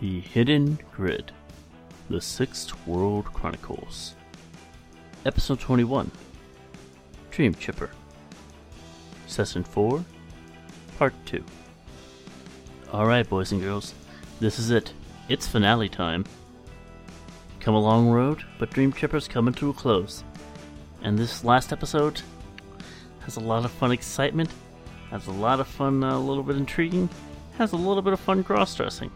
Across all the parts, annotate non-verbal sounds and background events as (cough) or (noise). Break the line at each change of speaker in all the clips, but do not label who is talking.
The Hidden Grid, The Sixth World Chronicles, Episode 21 Dream Chipper, Session 4, Part 2. Alright, boys and girls, this is it. It's finale time. Come a long road, but Dream Chipper's coming to a close. And this last episode has a lot of fun excitement, has a lot of fun, uh, a little bit intriguing, has a little bit of fun cross dressing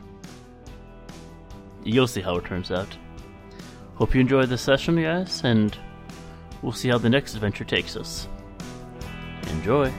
you'll see how it turns out. Hope you enjoyed this session, guys, and we'll see how the next adventure takes us. Enjoy!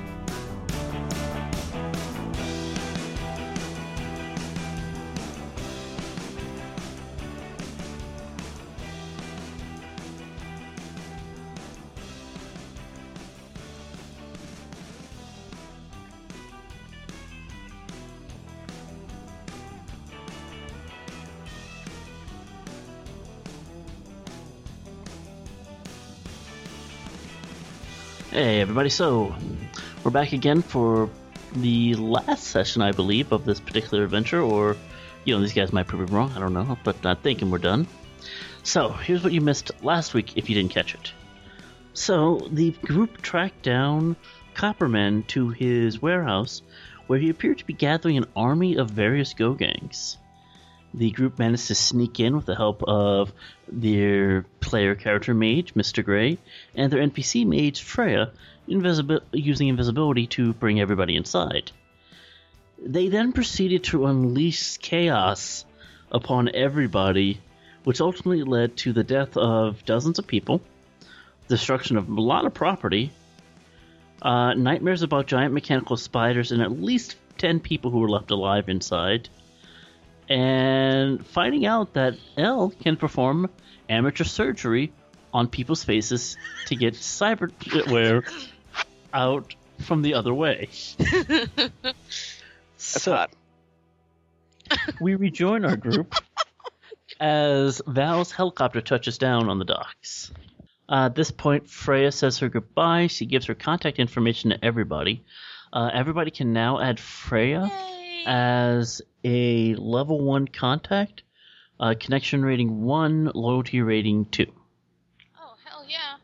Hey, everybody, so we're back again for the last session, I believe, of this particular adventure, or, you know, these guys might prove me wrong, I don't know, but I'm thinking we're done. So, here's what you missed last week if you didn't catch it. So, the group tracked down Copperman to his warehouse, where he appeared to be gathering an army of various go gangs. The group managed to sneak in with the help of their player character mage, Mr. Gray, and their NPC mage, Freya, invisibi- using invisibility to bring everybody inside. They then proceeded to unleash chaos upon everybody, which ultimately led to the death of dozens of people, destruction of a lot of property, uh, nightmares about giant mechanical spiders, and at least 10 people who were left alive inside and finding out that Elle can perform amateur surgery on people's faces to get cyberware out from the other way.
That's
so
hot.
we rejoin our group as Val's helicopter touches down on the docks. Uh, at this point, Freya says her goodbye. She gives her contact information to everybody. Uh, everybody can now add Freya Uh, as a level one contact, uh, connection rating one, loyalty rating two.
Oh hell yeah!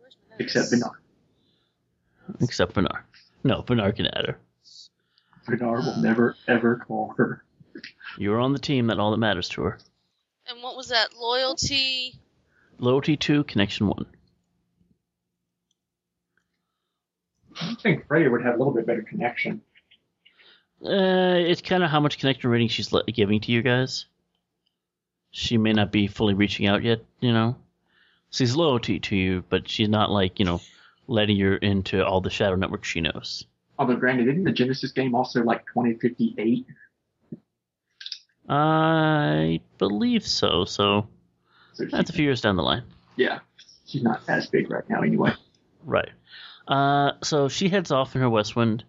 Where's my notes?
Except Bernard.
Except Bernard. No, Bernard can add her.
Bernard will never, ever call her.
You're on the team. That all that matters to her.
And what was that? Loyalty.
Loyalty two, connection one.
I think Freya would have a little bit better connection.
Uh, it's kind of how much connection rating she's le- giving to you guys. She may not be fully reaching out yet, you know. She's loyalty to you, but she's not like you know letting you into all the shadow network she knows.
Although, granted, isn't the Genesis game also like 2058?
I believe so. So
So she-
that's a few years down the line.
yeah, she's not as big right now anyway.
Right. Uh, so she heads off in her West Wind.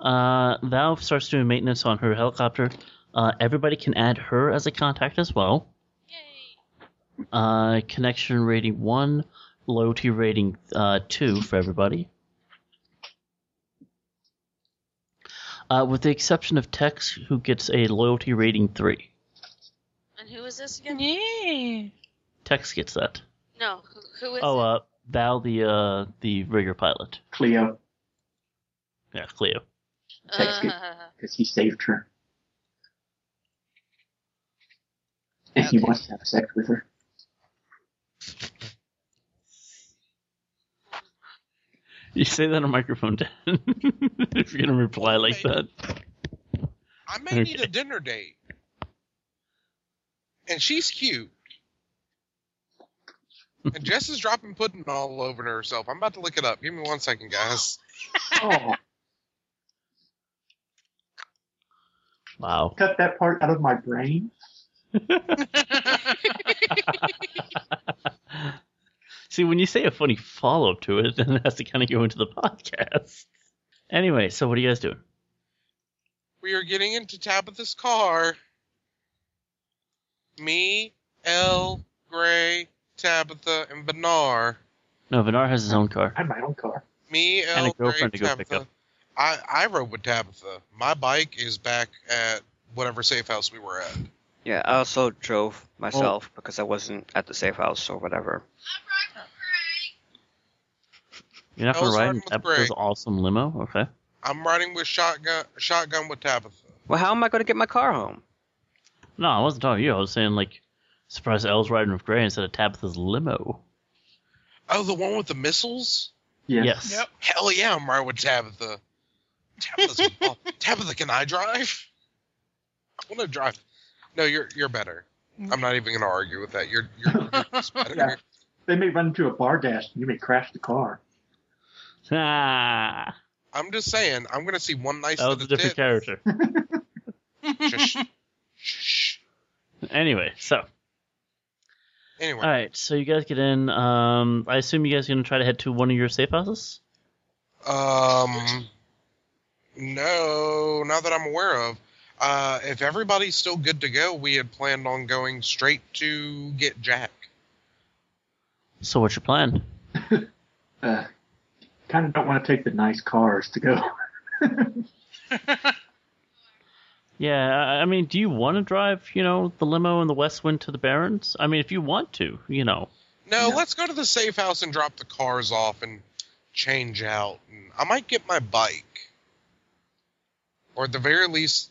Uh, Valve starts doing maintenance on her helicopter. Uh, everybody can add her as a contact as well.
Yay!
Uh, connection rating one, loyalty rating uh, two for everybody. Uh, with the exception of Tex, who gets a loyalty rating three.
And who is this again?
Tex gets that.
No, who, who is?
oh,
it?
uh, Val, the uh, the rigger pilot.
Cleo,
Yeah, Cleo.
Tex
Uh,
kid. because he saved her. And he
Okay.
wants to have sex with her.
You say that on microphone, Dan. (laughs) if you're gonna reply like that.
I may
Okay.
need a dinner date. And she's cute. And Jess is dropping pudding all over herself. I'm about to look it up. Give me one second, guys.
Oh,
Wow.
(laughs) cut that part out of my brain.
See, when you say a funny follow up to it, (laughs) then it has to kind of go into the podcast. Anyway, so what are you guys doing?
We are getting into Tabitha's car. Me, Elle, Gray, Tabitha, and Benar.
No, Vinar has his own car.
I had my own car.
Me,
And a
Elle, Gray,
girlfriend to go pick
Tabitha.
up.
I, I rode with Tabitha. My bike is back at whatever safe house we were at.
Yeah, I also drove myself because I wasn't at the safe house or whatever.
You're not
I
going
was
to ride
riding
in
with
Tabitha's
Greg.
awesome limo? Okay.
I'm riding with shotgun, shotgun with Tabitha.
Well, how am I going to get my car home?
No, I wasn't talking to you. I was saying, like, surprised Elle's riding with Gray instead of Tabitha's limo. (laughs)
Oh, the one with the missiles?
Yes.
Yes.
Hell yeah, I'm riding with Tabitha. Tabitha's, oh, Tabitha, can I drive? I want to drive. No, you're you're better. I'm not even going to argue with that. You're you're, you're just better.
Yeah. They may run into a bar dash and you may crash the car.
Ah,
I'm just saying. I'm going to see one nice
that was a
little
different character. (laughs)
tit. Shush. Shush.
anyway, so
Anyway,
all right, so you guys get in. Um, I assume you guys are gonna try to head to one of your safe houses.
um, no, not that I'm aware of. Uh, if everybody's still good to go, we had planned on going straight to get Jack.
So what's your plan?
Uh, kind of don't want to take the nice cars to go. (laughs)
Yeah, I I mean, do you want to drive? You know, the limo and the West Wind to the Barrens. I mean, if you want to, you know.
No,
No.
let's go to the safe house and drop the cars off and change out. And I might get my bike, or at the very least,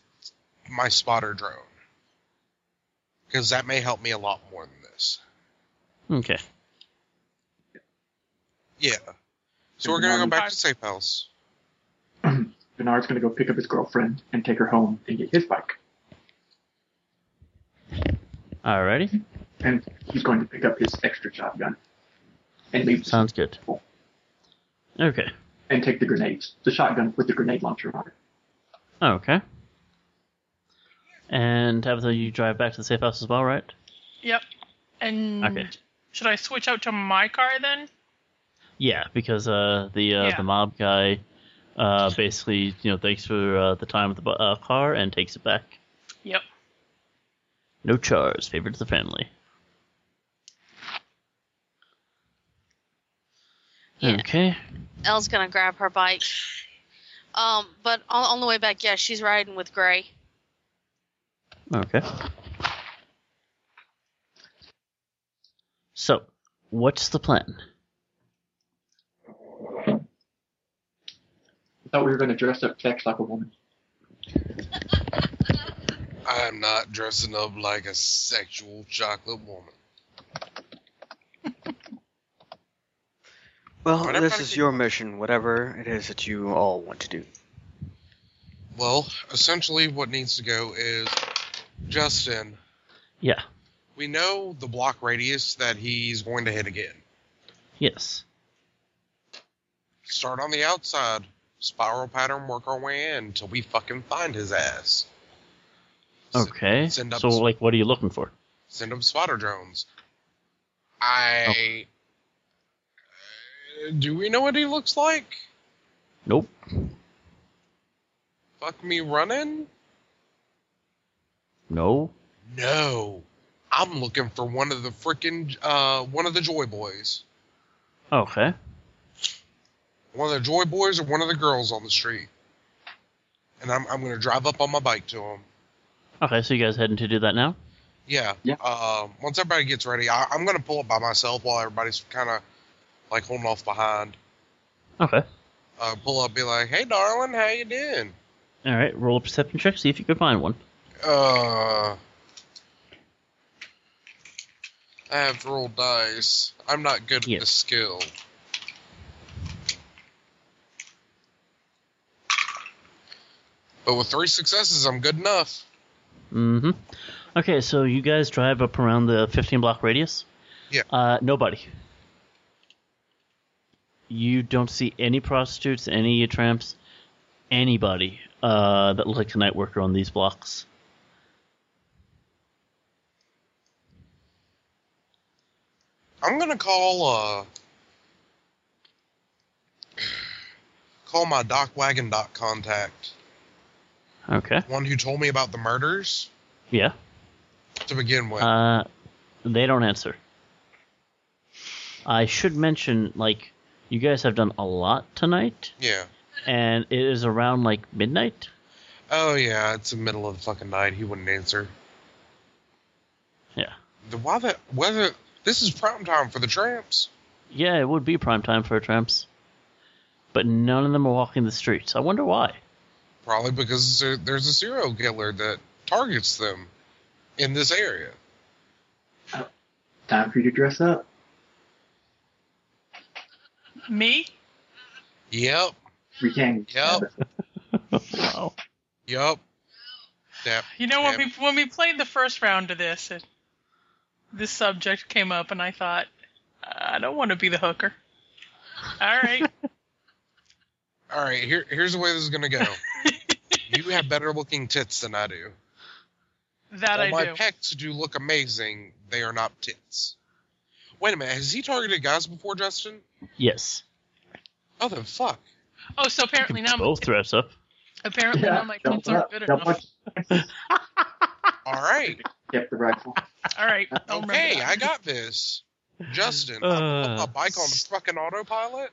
my spotter drone, because that may help me a lot more than this.
Okay.
Yeah. So we're gonna go back to safe house.
Bernard's going to go pick up his girlfriend and take her home and get his bike.
Alrighty.
And he's going to pick up his extra shotgun and leave the-
Sounds good. Okay.
and take the grenades. The shotgun with the grenade launcher on it.
Okay. And Tabitha, you drive back to the safe house as well, right?
Yep. And
Okay.
should I switch out to my car then?
Yeah, because uh, the uh,
Yeah.
the mob guy uh, basically you know thanks for uh, the time with the bu- uh, car and takes it back.
Yep.
No charge, favor to the family.
Yeah.
Okay.
Elle's gonna grab her bike. Um, but on, on the way back, yeah, she's riding with Gray.
Okay. So, what's the plan?
I thought we were going to dress up Tex like a woman.
I'm not dressing up like a sexual chocolate woman.
Well,
Whatever
this
I
is
can-
your mission, whatever it is that you all want to do.
Well, essentially, what needs to go is Justin.
Yeah.
We know the block radius that he's going to hit again.
Yes.
Start on the outside, spiral pattern, work our way in until we fucking find his ass. S-
Okay.
send up
So,
s-
like, what are you looking for?
Send him spotter drones. I. Uh, Do we know what he looks like?
Nope.
Fuck me running?
No.
No. I'm looking for one of the freaking uh, one of the Joy Boys,
Okay.
one of the Joy Boys, or one of the girls on the street, and I'm I'm gonna drive up on my bike to him.
Okay. So you guys heading to do that now?
Yeah.
Yeah.
Uh, once everybody gets ready, I, I'm going to pull up by myself while everybody's kind of like holding off behind.
Okay.
Uh, pull up, be like, "Hey, darling, how you doing?"
All right. Roll a perception check. See if you can find one.
Uh, I have to roll dice. I'm not good
Yeah.
at this skill. But with three successes, I'm good enough.
Mm-hmm. Okay, so you guys drive up around the 15 block radius.
Yeah.
Uh, nobody. You don't see any prostitutes, any tramps, anybody uh, that looks like a night worker on these blocks.
I'm gonna call uh call my doc wagon doc contact,
Okay.
one who told me about the murders
Yeah.
to begin with.
Uh, they don't answer. I should mention, like, you guys have done a lot tonight,
yeah.
and it is around like midnight.
Oh yeah, it's the middle of the fucking night. He wouldn't answer.
Yeah.
The why the whether this is prime time for the tramps.
Yeah, it would be prime time for tramps. But none of them are walking the streets. I wonder why.
Probably because there- there's a serial killer that targets them in this area.
Time for you to dress up.
Me?
Yep,
We can.
Yep.
wow.
yep. That
You know when
Yeah.
we when we played the first round of this, it, this subject came up, and I thought, I don't want to be the hooker. All right,
all right. Here, here's the way this is gonna
(laughs)
go. you have better looking tits than I do.
that
While
I
my
do.
pecs do look amazing, they are not tits. Wait a minute. Has he targeted guys before, Justin?
Yes.
Oh, then fuck.
oh, so apparently now my,
Both dress up.
apparently now my
jump
kids aren't
up,
good
jump
enough.
up.
All
(laughs)
right.
Get the rifle.
All right, I'll remember
Okay,
that.
I got this. Justin, I put
Uh,
my bike on the fucking autopilot,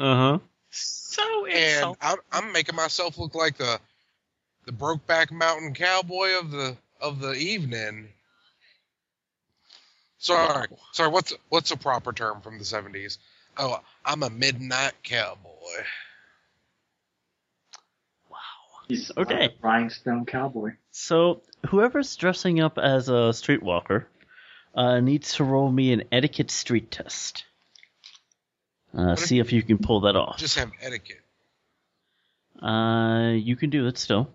Uh huh.
so
and
insulting.
I'm, I'm making myself look like the the Brokeback Mountain cowboy of the of the evening. Sorry, sorry. What's what's a proper term from the '70s? Oh, I'm a midnight cowboy.
He's
Okay.
a rhinestone cowboy.
So whoever's dressing up as a streetwalker uh, needs to roll me an etiquette street test. Uh,
if-
see if you can pull that off.
Just have etiquette.
Uh, you can do it still.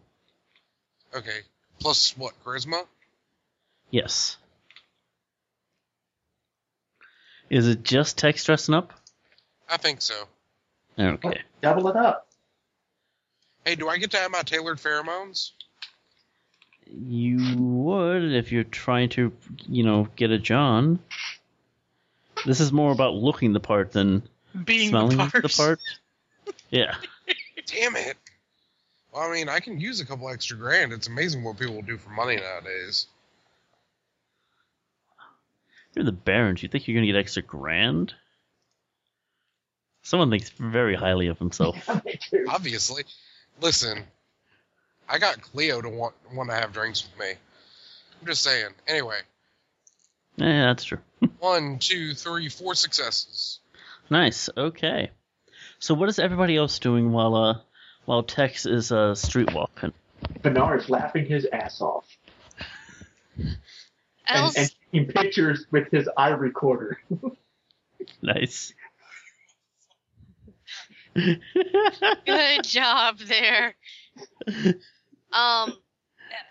Okay. Plus what? Charisma.
Yes. Is it just text dressing up?
I think so. Oh.
Okay.
Double it up. (laughs)
Hey, do I get to have my tailored pheromones?
You would if you're trying to, you know, get a John. This is more about looking the part than
Being
smelling
the part.
Yeah.
Damn it. Well, I mean, I can use a couple extra grand. It's amazing what people do for money nowadays.
You're the Barons. You think you're going to get extra grand? Someone thinks very highly of himself.
Obviously. Listen, I got Cleo to want want to have drinks with me. I'm just saying. Anyway,
yeah, that's true.
one, two, three, four successes.
Nice. Okay. So what is everybody else doing while uh while Tex is uh street walking?
Bernard is laughing his ass off and,
Else,
and taking pictures with his eye recorder.
(laughs) Nice.
good (laughs) job there. Um,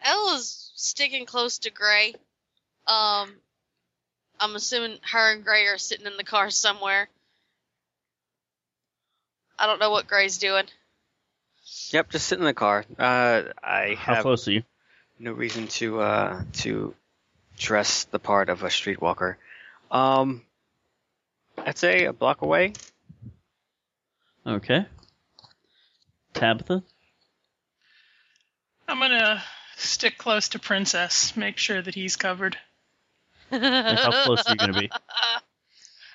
Elle is sticking close to Gray. Um, I'm assuming her and Gray are sitting in the car somewhere. I don't know what Gray's doing.
Yep, just sit in the car. Uh, I
How
have
close are you?
no reason to uh, to dress the part of a streetwalker. Um, I'd say a block away.
Okay. Tabitha?
I'm gonna stick close to Princess, make sure that he's covered.
Like how
(laughs)
close are you gonna be?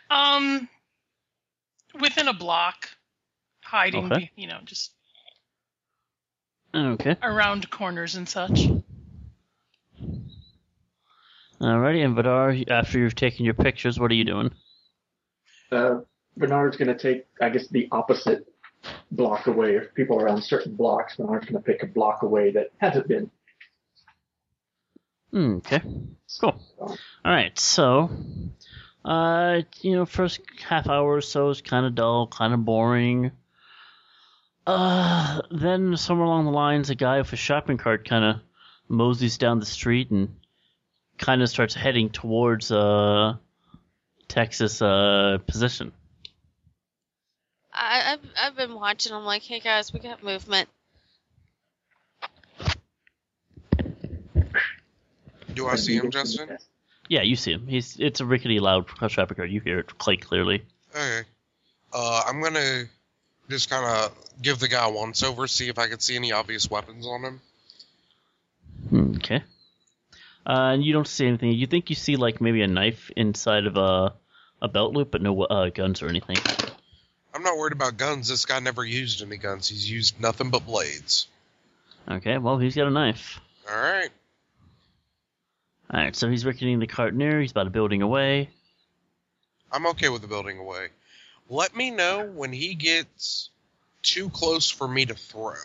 Um, within a block, hiding,
Okay.
be- you know, just
Okay.
around corners and such.
Alrighty, and Vidar, after you've taken your pictures, what are you doing?
Uh, Bernard's going to take, I guess, the opposite block away. If people are on certain blocks, Bernard's going to pick a block away that hasn't been.
Hmm, okay. Cool. Alright, so uh you know, first half hour or so is kinda dull, kinda boring. Uh then somewhere along the lines a guy with a shopping cart kinda moseys down the street and kinda starts heading towards uh Texas uh position.
I, I've, I've been watching. I'm like, hey guys, we got movement.
Do I see him, Justin?
Yeah, you see him. He's it's a rickety loud shopping cart. You hear it quite clearly.
Okay. Uh, I'm gonna just kind of give the guy a once over, see if I can see any obvious weapons on him.
Okay. Uh, and you don't see anything. You think you see like maybe a knife inside of a a belt loop, but no uh, guns or anything.
I'm not worried about guns. This guy never used any guns. He's used nothing but blades.
Okay, well, he's got a knife.
All right.
All right, so he's rickety the cart near. He's about a building away.
I'm okay with the building away. Let me know when he gets too close for me to throw.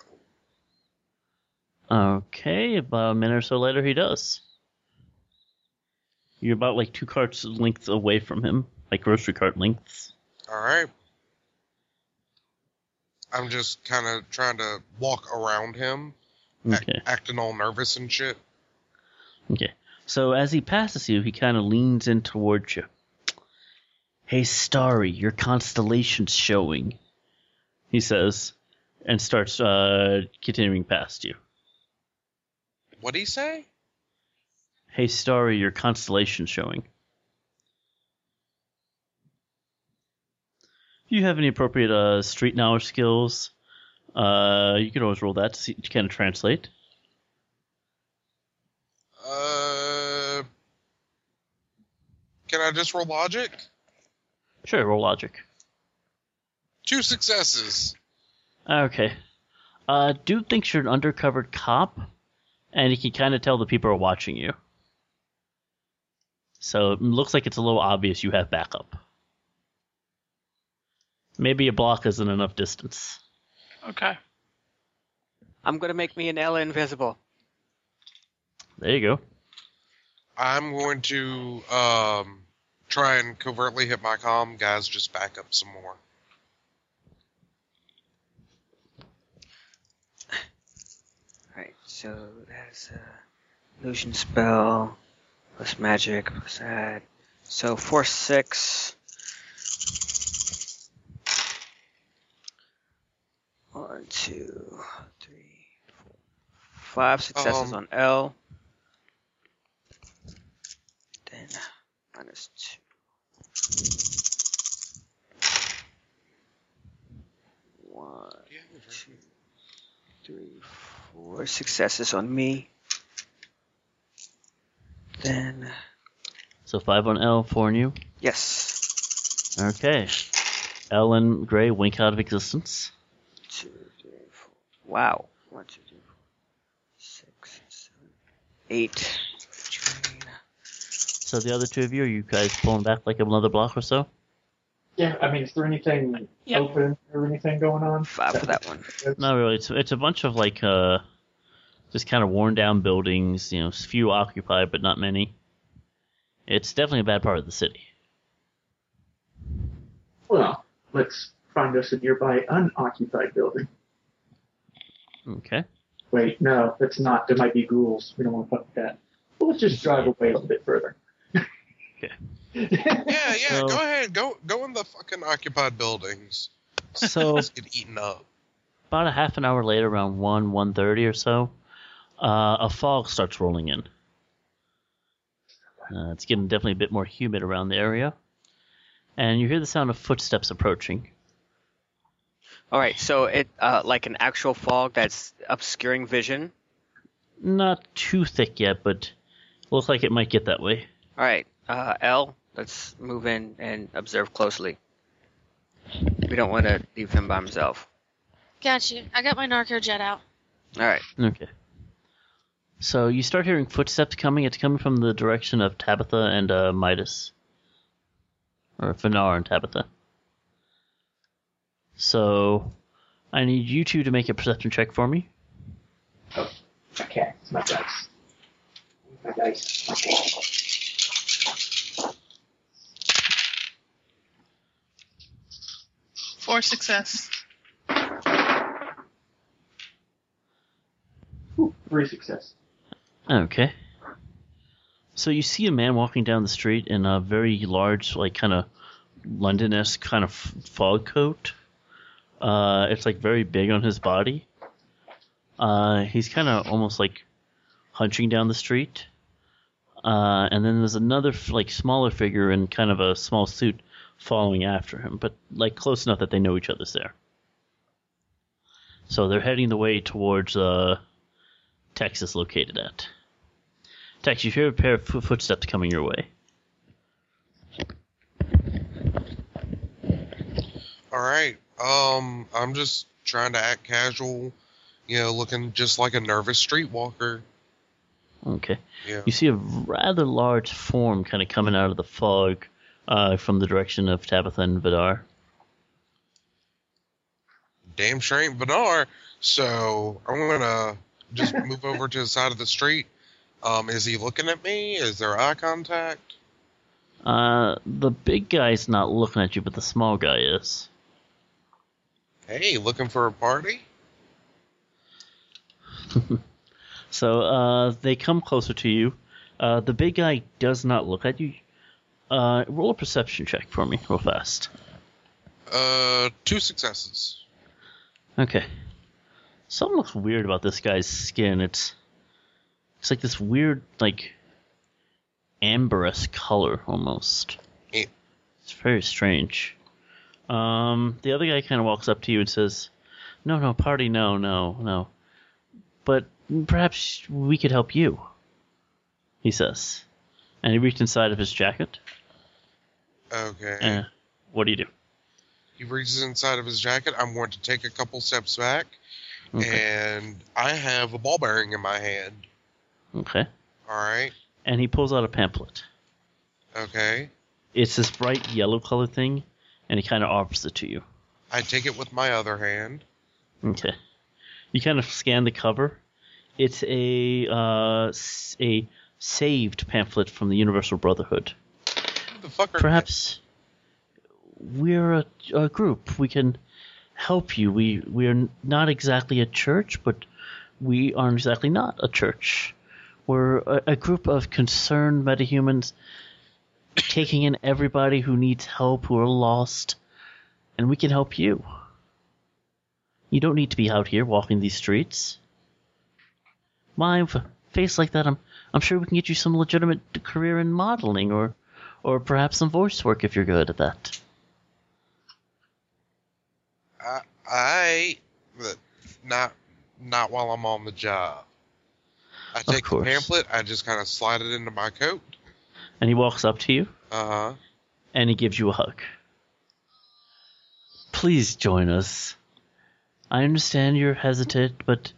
Okay, about a minute or so later, he does. You're about like two carts length away from him, like grocery cart lengths.
All right. I'm just kind of trying to walk around him, act-
Okay.
acting all nervous and shit.
Okay. So as he passes you, he kind of leans in towards you. Hey, Starry, your constellation's showing, he says, and starts uh, continuing past you.
What'd he say?
Hey, Starry, your constellation's showing. If you have any appropriate uh, street knowledge skills, uh, you can always roll that to, see, to kind of translate.
Uh, can I just roll logic?
Sure, roll logic.
Two successes.
Okay. Uh, dude thinks you're an undercover cop, and he can kind of tell the people are watching you. So it looks like it's a little obvious you have backup. Maybe a block isn't enough distance.
Okay.
I'm gonna make me and Ella invisible.
There you go.
I'm going to um try and covertly hit my comm. Guys, just back up some more.
Right, so that's a illusion spell plus magic plus that. So four six. One, two, three, four, five successes on
Um,
L. Then minus two. One two, three, four successes on me. Then,
So five on L, four on you.
yes,
Okay. L and Gray wink out of existence.
two, three, four. Wow. One, two, three, four, six, seven, eight.
So the other two of you, are you guys pulling back like another block or so?
Yeah, I mean, is there anything
Yeah.
open or anything going on?
Five for that one.
Not really. It's it's a bunch of like uh, just kind of worn down buildings. You know, s- few occupied, but not many. It's definitely a bad part of the city.
Well, let's find us a nearby unoccupied building.
Okay.
Wait, no, that's not. There might be ghouls. We don't want to fuck with that. Well, let's just drive away a little bit further. (laughs)
Yeah, yeah.
So-
Go ahead. Go go in the fucking occupied buildings.
So
Let's get eaten up.
about a half an hour later, around one one thirty or so, uh, a fog starts rolling in. Uh, it's getting definitely a bit more humid around the area, and you hear the sound of footsteps approaching.
All right, so it uh, like an actual fog that's obscuring vision.
Not too thick yet, but looks like it might get that way.
All right, uh, L, let's move in and observe closely. We don't want to leave him by himself.
Got you. I got my narco jet out.
All right.
Okay. So you start hearing footsteps coming. It's coming from the direction of Tabitha and uh, Midas, or Finar and Tabitha. So I need you two to make a perception check for me.
Okay, it's my dice. My dice. Okay.
Four success.
Ooh, three success.
Okay. So you see a man walking down the street in a very large, like kind of London-esque kind of f- fog coat. Uh, it's like very big on his body. Uh, he's kind of almost like hunching down the street. Uh, and then there's another f- like smaller figure in kind of a small suit following after him, but like close enough that they know each other's there. So they're heading the way towards uh, Texas located at. Tex, you hear a pair of fo- footsteps coming your way.
All right. Um, I'm just trying to act casual, you know, looking just like a nervous streetwalker.
Okay.
Yeah.
You see a rather large form kind of coming out of the fog uh, from the direction of Tabitha and Vidar.
Damn sure ain't Benar. So I'm gonna just move over to the side of the street. Um, is he looking at me? Is there eye contact?
Uh, the big guy's not looking at you, but the small guy is.
Hey, looking for a party?
So uh, they come closer to you. Uh, the big guy does not look at you. Uh, roll a perception check for me, real fast.
Uh, two successes.
Okay. Something looks weird about this guy's skin. It's it's like this weird, like amberous color almost.
Eh.
It's very strange. Um, the other guy kind of walks up to you and says, "No, no, party, no, no, no." But perhaps we could help you. He says, and he reached inside of his jacket.
Okay.
Uh, what do you do?
He reaches inside of his jacket. I'm going to take a couple steps back,
Okay.
and I have a ball bearing in my hand.
Okay.
All right.
And he pulls out a pamphlet.
Okay.
It's this bright yellow color thing, and he kind of offers it to you.
I take it with my other hand.
Okay. You kind of scan the cover. It's a uh, s- a saved pamphlet from the Universal Brotherhood.
Who the fuck are
Perhaps we're a, a group. We can help you. We we are not exactly a church, but we aren't exactly not a church. We're a, a group of concerned metahumans taking in everybody who needs help, who are lost, and we can help you. You don't need to be out here walking these streets. My f- face like that, I'm I'm sure we can get you some legitimate career in modeling or or perhaps some voice work if you're good at that.
I, I but not not while I'm on the job. I take the
course.
pamphlet. I just kind of slide it into my coat.
And he walks up to you
Uh huh.
and he gives you a hug. Please join us. I understand you're hesitant, but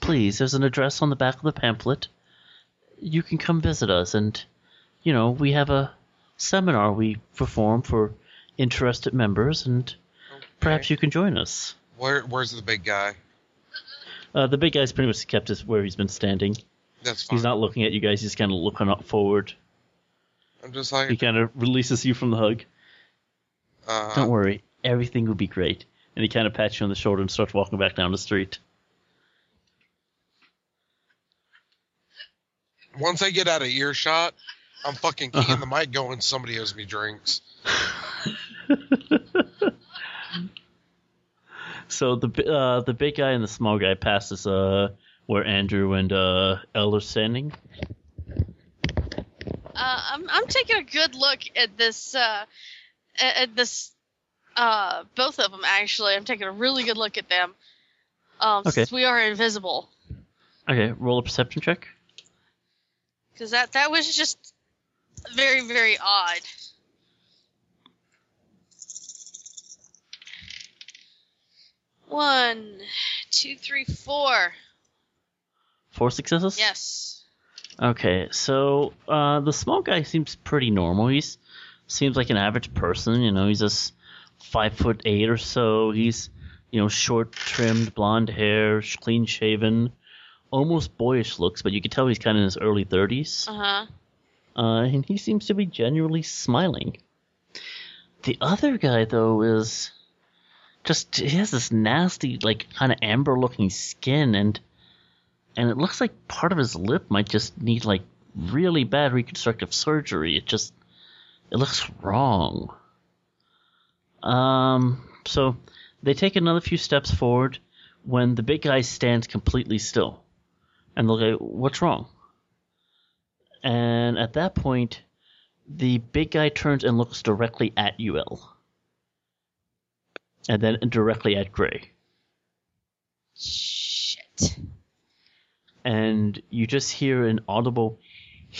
please, there's an address on the back of the pamphlet. You can come visit us, and, you know, we have a seminar we perform for interested members, and perhaps you can join us.
Where Where's the big guy?
Uh, the big guy's pretty much kept us where he's been standing.
That's fine.
He's not looking at you guys, he's kind of looking up forward.
I'm just
He
like.
kind of releases you from the hug.
Uh,
Don't worry, everything will be great. And he kind of pats you on the shoulder and starts walking back down the street. (laughs)
Once I get out of earshot, I'm fucking keying
Uh-huh.
the mic going. Somebody owes me drinks.
So the bi- uh, the big guy and the small guy passes uh, where Andrew and uh, Elle are standing.
Uh, I'm I'm taking a good look at this uh, at at this uh, both of them actually. I'm taking a really good look at them. Um,
Okay.
since we are invisible,
Okay, roll a perception check.
because that that was just very very odd. One, two, three, four.
Four successes.
Yes.
Okay, so uh, the small guy seems pretty normal. He's seems like an average person. You know, he's just five foot eight or so. He's you know short, trimmed, blonde hair, sh- clean shaven, almost boyish looks, but you can tell he's kind of in his early thirties.
Uh huh.
Uh, and he seems to be genuinely smiling. The other guy, though, is just he has this nasty, like kind of amber-looking skin, and and it looks like part of his lip might just need like really bad reconstructive surgery. It just it looks wrong. Um, so they take another few steps forward when the big guy stands completely still, and they'll go, "What's wrong?" And at that point, the big guy turns and looks directly at UL. And then directly at Gray.
Shit.
And you just hear an audible (laughs)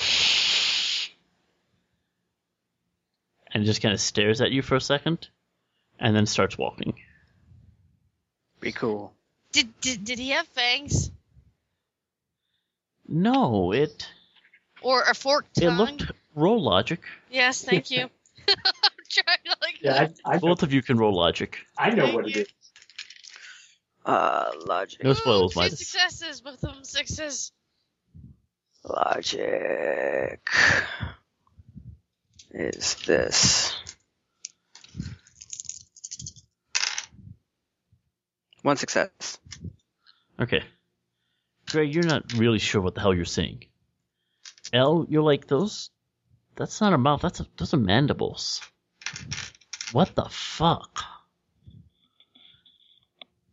and just kind of stares at you for a second and then starts walking.
Be cool.
Did, did did he have fangs
No, it
or a forked
it
tongue?
looked roll logic.
Yes, thank (laughs) you. I'm trying to like.
Yeah, I, I, know,
Both of you can roll logic.
I know what it is.
Uh, logic.
No spoils,
Ooh, two
Midas.
successes, both of them sixes.
Logic is this. One success.
Okay. Greg, you're not really sure what the hell you're seeing. L, you're like those. That's not a mouth. That's a, those are mandibles. What the fuck?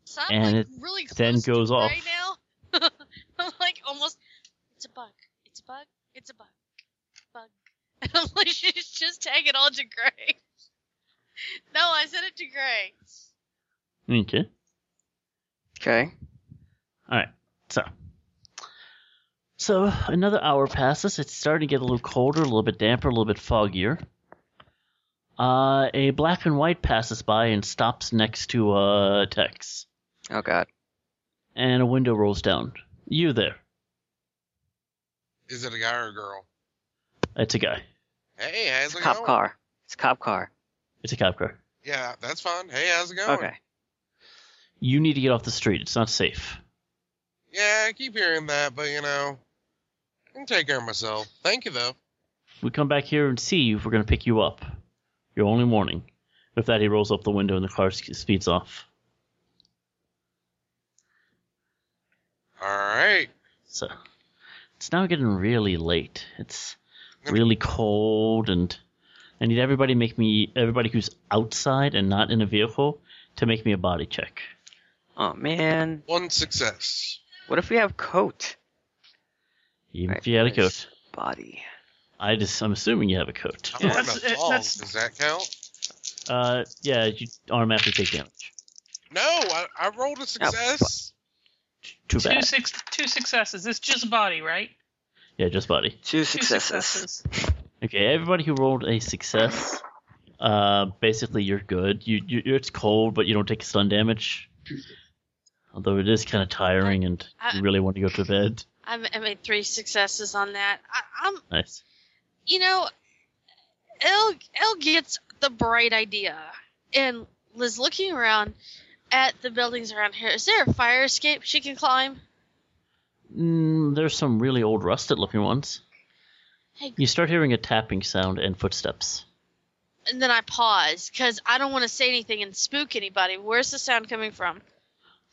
So I'm
And it
like really close
then goes
to
off.
Right now, (laughs) I'm like almost. It's a bug. It's a bug. It's a bug. Bug. (laughs) And I'm like, she's just tagging it all to Gray. (laughs) No, I said it to Gray.
Okay.
Okay.
All right. So. So another hour passes. It's starting to get a little colder, a little bit damper, a little bit foggier. Uh, a black and white passes by and stops next to uh, Tex,
Oh god.
and a window rolls down. You there?
Is it a guy or a girl?
It's a guy.
Hey, how's
It's
it
cop
going?
car. It's cop car.
It's a cop car.
Yeah, that's fine. Hey, how's it going?
Okay.
You need to get off the street. It's not safe.
Yeah, I keep hearing that, but you know, I can take care of myself. Thank you though.
we come back here and see you if we're going to pick you up. Your only warning. With that, he rolls up the window and the car sk- speeds off.
All right.
So, it's now getting really late. It's really cold, and I need everybody make me everybody who's outside and not in a vehicle to make me a body check.
Oh man.
One success.
What if we have coat?
Even
Right,
if you had a
nice.
coat,
Body.
I just I'm assuming you have a coat.
I'm
Yeah.
wearing a
That's- it-
thong.
that's-
Does that count?
Uh, yeah, you automatically take damage.
No, I, I rolled a success.
Too
Two
bad.
six two successes. It's just body, right?
Yeah, just body.
Two
Two
successes.
Okay, everybody who rolled a success, uh, basically you're good. You, you you- it's cold, but you don't take stun damage. Although it is kind of tiring, and
I-
you really want to go to bed.
I ma- I made three successes on that. I, I'm,
Nice.
you know, Elle Elle gets the bright idea and is looking around at the buildings around here. Is there a fire escape she can climb?
Mm, there's some really old, rusted-looking ones.
Hey.
You start hearing a tapping sound and footsteps.
And then I pause because I don't want to say anything and spook anybody. Where's the sound coming from?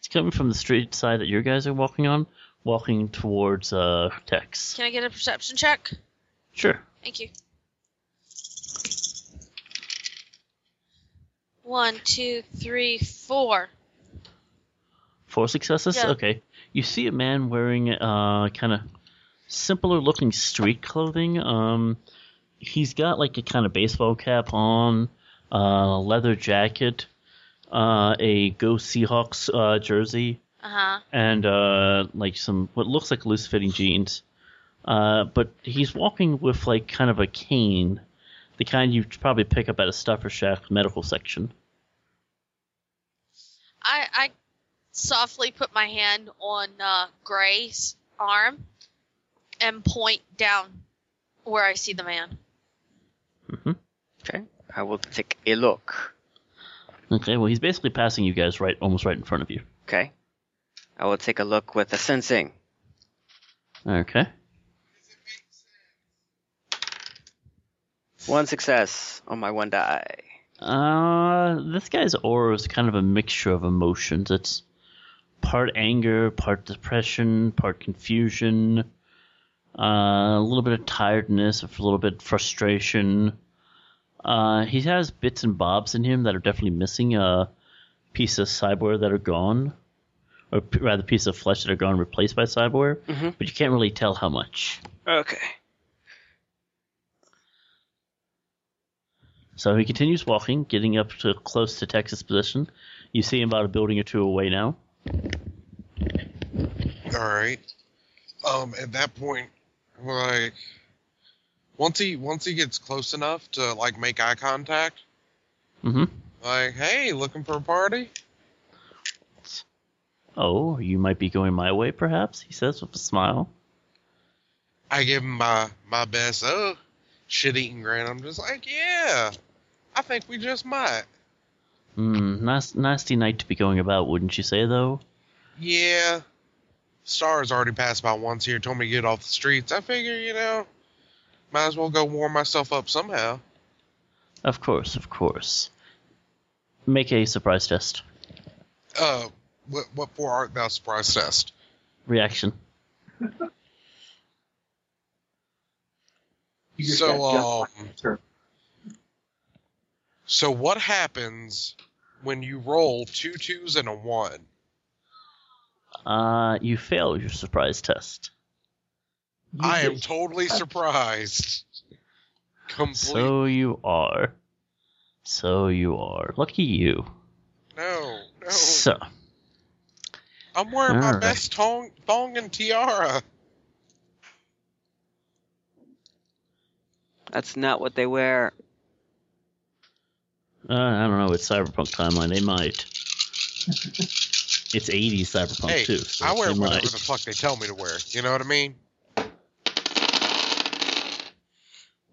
It's coming from the street side that your guys are walking on, walking towards uh Tex.
Can I get a perception check?
Sure.
Thank you. One, two, three, four.
Four successes?
Yeah.
Okay. You see a man wearing uh kind of simpler looking street clothing. Um he's got like a kind of baseball cap on, uh leather jacket, uh a Go Seahawks uh jersey
Uh huh.
and uh like some what looks like loose fitting jeans. Uh but he's walking with like kind of a cane, the kind you probably pick up at a stuffer shack medical section.
I I softly put my hand on uh, Gray's arm and point down where I see the man.
Mhm.
Okay. I will take a look.
Okay, well he's basically passing you guys right almost right in front of you.
Okay. I will take a look with the sensing.
Okay.
One success on my one die.
Uh, this guy's aura is kind of a mixture of emotions. It's part anger, part depression, part confusion, uh, a little bit of tiredness, a little bit frustration. Uh, he has bits and bobs in him that are definitely missing. Uh, piece of cyborg that are gone, or p- rather, piece of flesh that are gone, replaced by cyborg.
Mhm.
But you can't really tell how much.
Okay.
So he continues walking, getting up to close to Texas position. You see him about a building or two away now.
All right. Um, at that point, like, once he once he gets close enough to like make eye contact,
Mm-hmm.
like, hey, looking for a party?
Oh, you might be going my way, perhaps, he says with a smile.
I give him my my best oh shit eating grin. I'm just like, yeah, I think we just might.
Hmm, nas- nasty night to be going about, wouldn't you say, though?
Yeah. Stars already passed by once here, told me to get off the streets. I figure, you know, might as well go warm myself up somehow.
Of course, of course. Make a surprise test.
Uh, what, what for art thou surprise test?
Reaction.
You just got
So,
just
um,
my answer.
So what happens when you roll two twos and a one?
Uh, you fail your surprise test.
You
I am
just-
totally surprised. Complete.
So you are. So you are. Lucky you.
no, no.
So, uh,
I'm wearing my
Alright.
best tong, thong and tiara.
That's not what they wear.
uh, I don't know, it's cyberpunk timeline. They
(laughs)
might. It's 80s cyberpunk,
Hey,
too. So
I wear
they
whatever
might.
the fuck they tell me to wear. You know what I mean?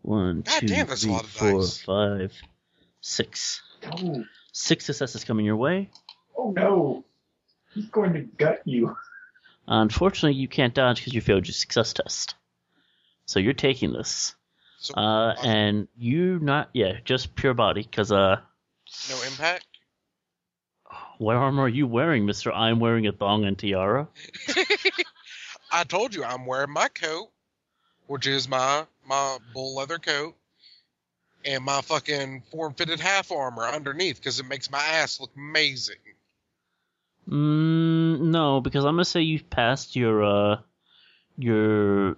One,
God
two,
damn, that's a
three,
lot of
four,
dice.
five, six.
Oh,
Six successes coming your way.
oh no. He's going to gut you. (laughs)
Uh, Unfortunately, you can't dodge because you failed your success test. So you're taking this.
So
Uh, and you not, yeah, just pure body, because, uh,
no impact.
what armor are you wearing, mister? I'm wearing a thong and tiara.
I told you I'm wearing my coat, which is my my bull leather coat, and my fucking form fitted half armor underneath because it makes my ass look amazing.
Mm, no, because I'm gonna say you've passed your uh your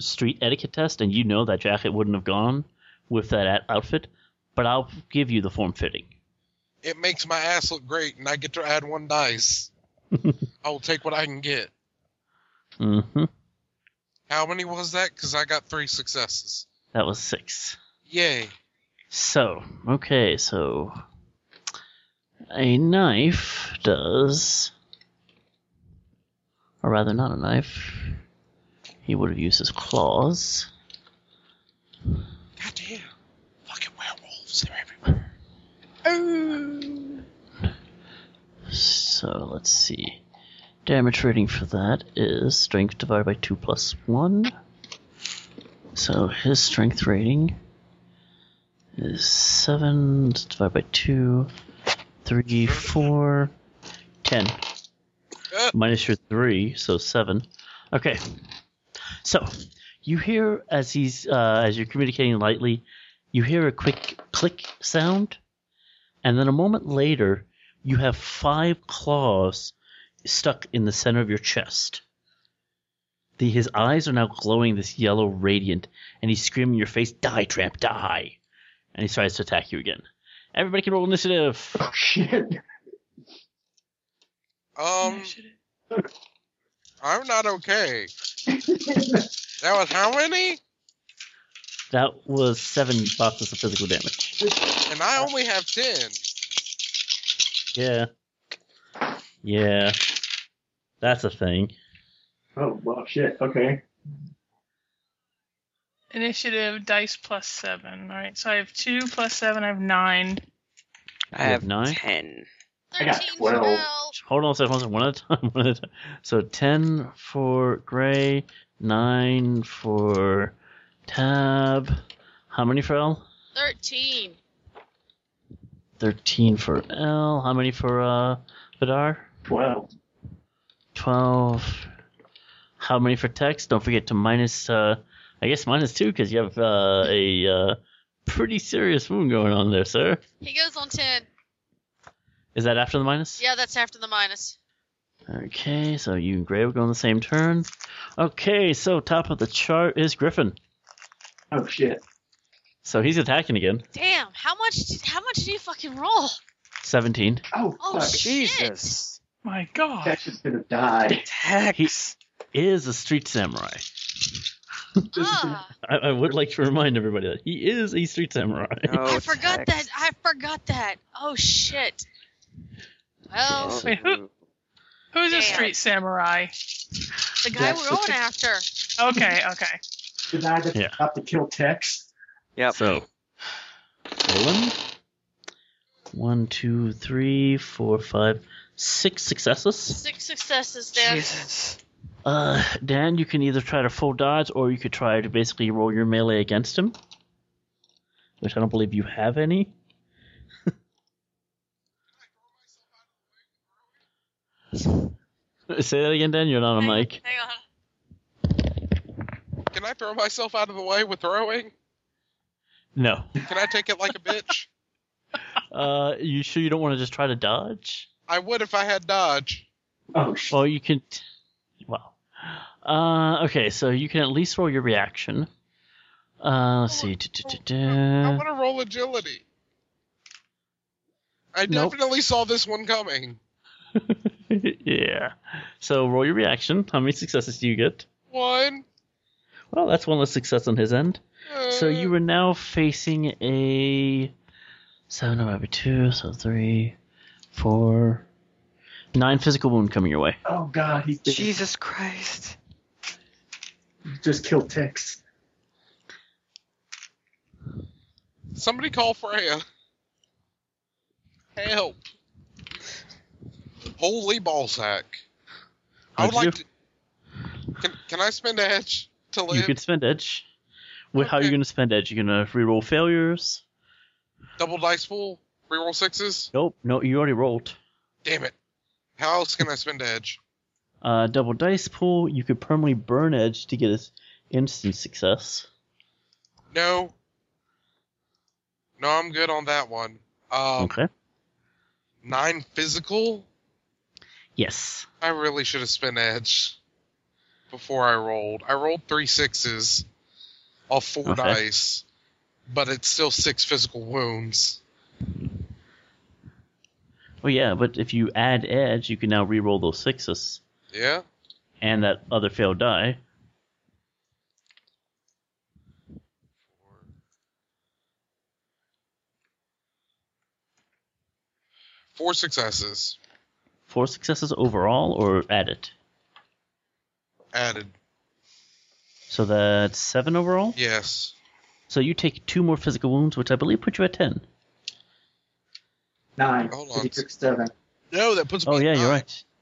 street etiquette test, and you know that jacket wouldn't have gone with that at- outfit. But I'll give you the form fitting.
It makes my ass look great, and I get to add one dice. I will take what I can get.
Mm-hmm.
How many was that? Because I got three successes.
That was six.
Yay!
So okay, so a knife does, or rather, not a knife. He would have used his claws.
God damn! Fucking werewolves, they're everywhere. Oh.
So let's see. Damage rating for that is strength divided by 2 plus 1. So his strength rating is 7 divided by 2, 3, 4, 10.
Uh.
Minus your 3, so 7. Okay. So you hear as he's uh, as you're communicating lightly, you hear a quick click sound, and then a moment later, you have five claws stuck in the center of your chest. The, his eyes are now glowing this yellow radiant, and he's screaming in your face, Die, tramp, die! And he tries to attack you again. Everybody can roll initiative!
Oh, shit.
Um, I'm not okay. That was how many?
That was seven boxes of physical damage.
And I only have ten.
Yeah. Yeah. That's a thing.
oh, well, shit. Okay.
Initiative dice plus seven. All right, so I have two plus seven. I have nine.
I
You
have
have nine?
ten.
I got
13
12.
spell.
Hold on a second, hold on a second, one at a time, (laughs) one at a time. So 10 for Gray, 9 for Tab. How many for L?
13.
13 for L. How many for uh, Vidar?
Twelve.
12. How many for Tex? Don't forget to minus, uh, I guess minus 2 because you have uh, a uh, pretty serious wound going on there, sir.
He goes on 10.
Is that after the minus?
Yeah, that's after the minus.
Okay, so you and Gray will go on the same turn. Okay, so top of the chart is Griffin.
Oh, shit.
So he's attacking again.
Damn, how much did, how much did you fucking roll?
17.
Oh,
Oh,
fuck.
shit.
Jesus.
My God.
That's just gonna die.
Tex.
Is a street samurai.
is-
Ah,
I, I would like to remind everybody that he is a street samurai.
Oh,
I forgot
Tex.
that. I forgot that. Oh shit. Well,
Wait, who- Who's a
Damn.
street samurai?
The guy
Yes.
we're going after.
(laughs)
Okay, okay.
The guy that
Yeah.
got to kill Tex.
Yep.
(laughs) So, rolling. One, two, three, four, five, six successes.
Six successes there.
Jesus.
Uh, Dan, you can either try to full dodge or you could try to basically roll your melee against him, which I don't believe you have any. Say that again, Dan. You're not on
Hang on,
mic.
Hang on.
Can I throw myself out of the way with throwing?
No.
Can I take it like a bitch?
Uh, you sure you don't want to just try to dodge?
I would if I had dodge.
Oh shit.
Well, you can. T- wow. Uh, okay, so you can at least roll your reaction. Uh, let's see.
I
Du-du-du-du.
want to roll agility. I
Nope.
definitely saw this one coming.
(laughs) yeah. So roll your reaction. How many successes do you get?
One.
Well, that's one less success on his end. So
uh,
you are now facing a seven divided by two, so three, four, nine physical wound coming your way.
Oh god, he did-
Jesus Christ.
he just killed Tex.
uh, Somebody call Freya. Help. Holy ballsack. I would
What'd you
like to. Can, can I spend edge to live?
You could spend edge. Wh- How are you
Okay.
going to spend edge? You're going to reroll failures.
Double dice pool? Reroll sixes?
Nope. No, you already rolled.
Damn it. How else can I spend edge?
Uh, double dice pool. You could permanently burn edge to get his instant success.
No. No, I'm good on that one. Um,
okay.
Nine physical?
Yes.
I really should have spent edge before I rolled. I rolled three sixes off four
Okay.
dice, but it's still six physical wounds.
Well, yeah, but if you add edge, you can now reroll those sixes
Yeah?
and that other failed die.
Four successes
Four successes overall, or add it.
added.
So that's seven overall.
Yes.
So you take two more physical wounds, which I believe put you at ten.
Nine.
Hold
so
on.
He took seven.
No, that puts me
Oh
at
yeah, you're
nine.
right. (laughs)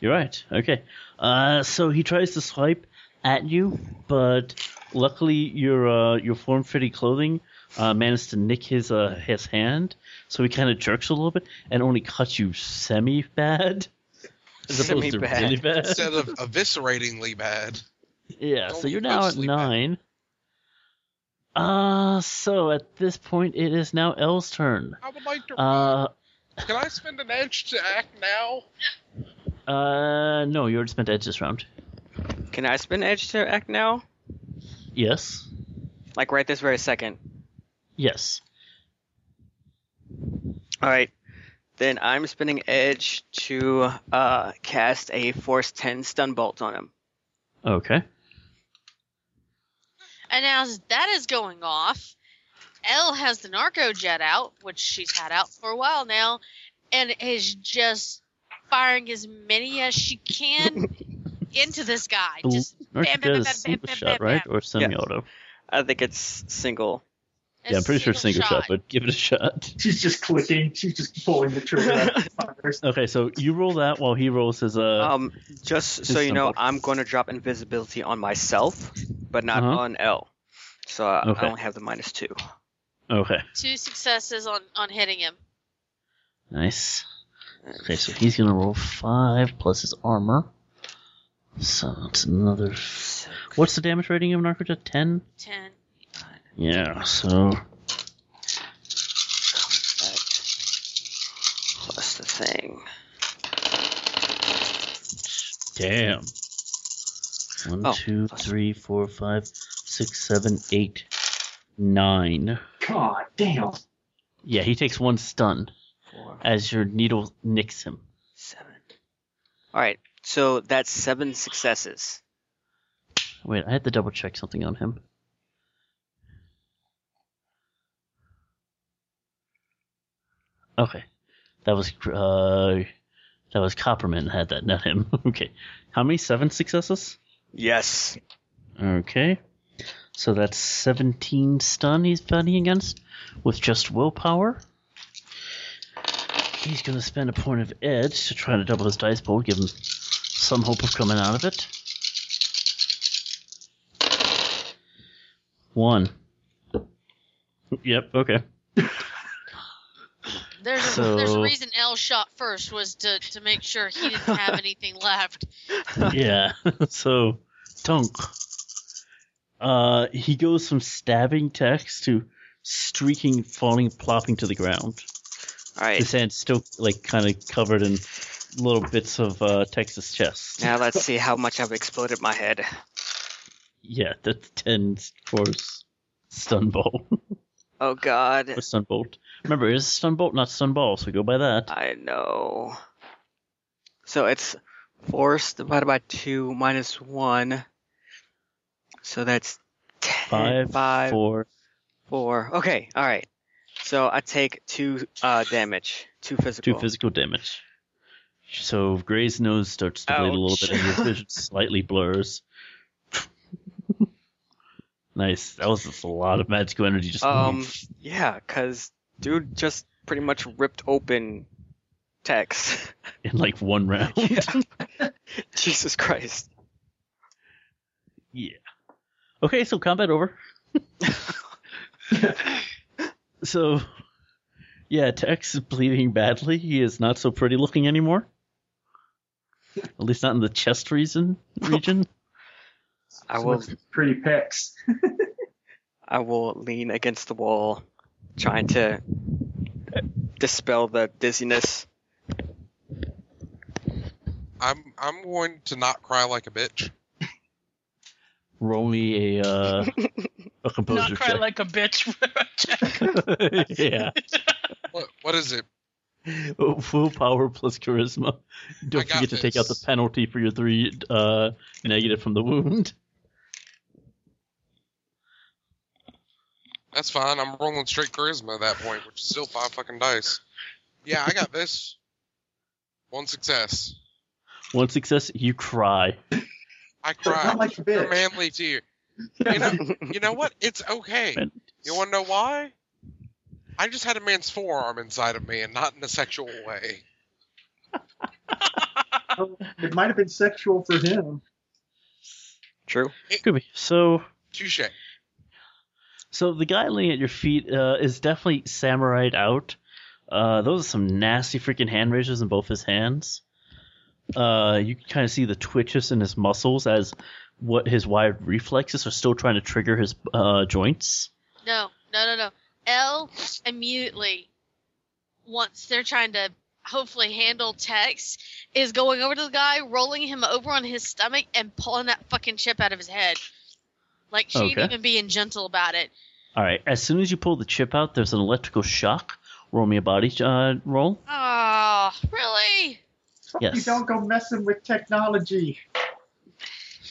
You're right. Okay. Uh, so he tries to swipe at you, but luckily your uh, your form-fitting clothing uh, managed to nick his uh, his hand, so he kind of jerks a little bit and only cuts you semi bad, (laughs) as opposed to
Semi-bad.
really bad.
Instead of evisceratingly bad.
yeah. So
only
you're now at
mostly bad.
nine. Uh, so at this point, it is now L's turn.
I would like to.
Uh,
can I spend an edge to act now?
Uh, no, you already spent edge this round.
Can I spin edge to act now?
Yes.
Like right this very second.
Yes.
All right. Then I'm spinning edge to uh, cast a force 10 stun bolt on him.
Okay.
And as that is going off, Elle has the narco jet out, which she's had out for a while now, and is just firing as many as
(laughs)
she can into this guy.
Ooh.
Just
North
Bam, bam,
Dakota
bam,
is
bam,
single
bam,
shot,
bam,
right?
bam.
Or semi-auto?
I think it's single.
a
Yeah, I'm pretty sure single shot. but give it a shot. (laughs)
She's just clicking. She's just pulling the trigger. out of the fires.
Okay, so you roll that while he rolls his uh.
Um, just so
Just
you know,
symbol.
I'm going to drop invisibility on myself, but not
Uh-huh.
on L. So uh, I,
Okay.
I don't have the minus two.
Okay.
Two successes on on hitting him.
Nice. Okay, so he's gonna roll five plus his armor. So it's another. What's the damage rating of an archer? Ten.
Ten.
Yeah. So
Plus the thing.
damn. One,
Oh,
two,
plus-
three, four, five, six, seven, eight, nine.
God damn.
Yeah, he takes one stun
Four,
as your needle nicks him.
seven. All right. So that's seven successes.
Wait, I had to double check something on him. Okay, that was uh, That was Copperman had that, not him. (laughs) okay. How many? Seven successes?
Yes.
Okay. So that's 17 stun he's fighting against with just willpower. He's going to spend a point of edge to try to double his dice pool, give him some hope of coming out of it. One. Yep, okay.
There's a,
So-
there's a reason L shot first was to, to make sure he
(laughs)
didn't have anything left.
yeah. (laughs) so, Tunk. Uh, he goes from stabbing attacks to streaking, falling, plopping to the ground.
All right.
His hand's still like kind of covered in little bits of uh, Texas chest.
Now let's see how much I've exploded my head.
Yeah, that's ten course stun ball
(laughs) Oh God.
or stun bolt. Remember, it is stun bolt, not stun ball. So go by that.
I know. So it's force divided by two minus one. So that's ten,
Five,
five, four.
four.
Okay, all right. So I take two uh, damage, two physical.
Two physical damage. So Gray's nose starts to bleed a little bit, and your
Ouch.
vision
(laughs)
slightly blurs. (laughs) nice. That was just a lot of magical energy. Just
Um, yeah, cause dude just pretty much ripped open (laughs) Tex.
in like one round.
Jesus Christ.
Yeah. Okay, so combat
(laughs)
over. so, yeah, Tex is bleeding badly. He is not so pretty looking anymore. At least not in the chest region.
(laughs)
Region.
I
So
will,
it's pretty pecs.
I will lean against the wall, trying to dispel the dizziness. (laughs)
I'm I'm going to not cry like a bitch.
Roll me a uh, a composer
Not cry like a bitch. (laughs) Jack.
check. (laughs) yeah. Oh,
What what is it?
Full power plus charisma. Don't
I got
forget to take out the
this.
penalty for your three uh, negative from the wound.
That's fine. I'm rolling straight charisma at that point, which is still five fucking dice. Yeah, I got this. One success.
One success, you cry.
I
Not
cried.
like a
Your
bitch.
manly tear. You know, you know what? It's okay. You want to know why? I just had a man's forearm inside of me, and not in a sexual way.
Oh, It might have been sexual for him.
True.
Could be. So
Touche.
So the guy laying at your feet uh, is definitely samurai'd out. Uh, those are some nasty freaking hand raises in both his hands. Uh, you can kind of see the twitches in his muscles as what his wired reflexes are still trying to trigger his uh, joints.
No, no, no, no. L immediately, once they're trying to hopefully handle Tex, is going over to the guy, rolling him over on his stomach, and pulling that fucking chip out of his head. Like she ain't
Okay.
even being gentle about it.
All right. As soon as you pull the chip out, there's an electrical shock. Roll me a body uh, roll.
Oh, really?
Fuck
Yes.
You don't go messing with technology.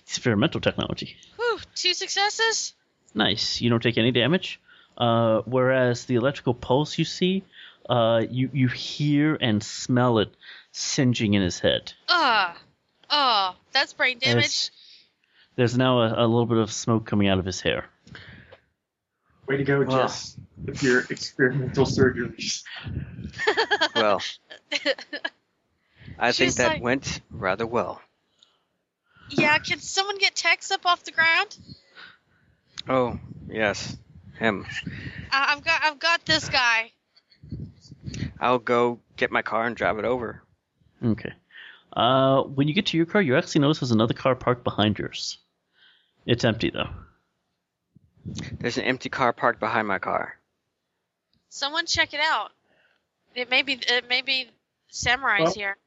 Experimental technology.
Whew, two successes?
Nice. You don't take any damage. Uh, whereas the electrical pulse you see, uh, you you hear and smell it singeing in his head.
Ah, ah, that's brain
And
damage.
it's- There's now a, a little bit of smoke coming out of his hair.
Way to go,
Well.
Jess. With your experimental surgeries.
(laughs)
Well, I think
She's
that
like-
went rather well.
yeah, can someone get Tex up off the ground?
Oh, yes, him.
I- I've got, I've got this guy.
I'll go get my car and drive it over.
Okay. Uh, when you get to your car, you actually notice there's another car parked behind yours. It's empty though.
There's an empty car parked behind my car.
Someone check it out. It may be, it may be samurai's
Well,
here.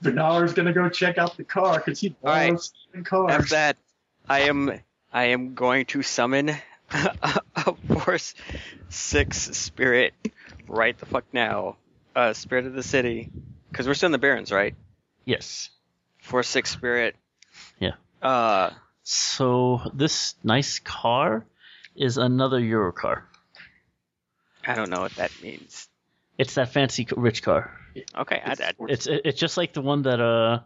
Bernard's gonna go check out the car because he
All right.
loves cars.
After that, I am I am going to summon (laughs) a force six spirit right the fuck now. Uh, spirit of the city, because we're still in the Barrens, right?
Yes.
Force six spirit.
Yeah.
Uh,
So this nice car is another Euro car.
I don't know what that means.
It's that fancy c- rich car.
Okay, I, I,
It's it, it's just like the one that uh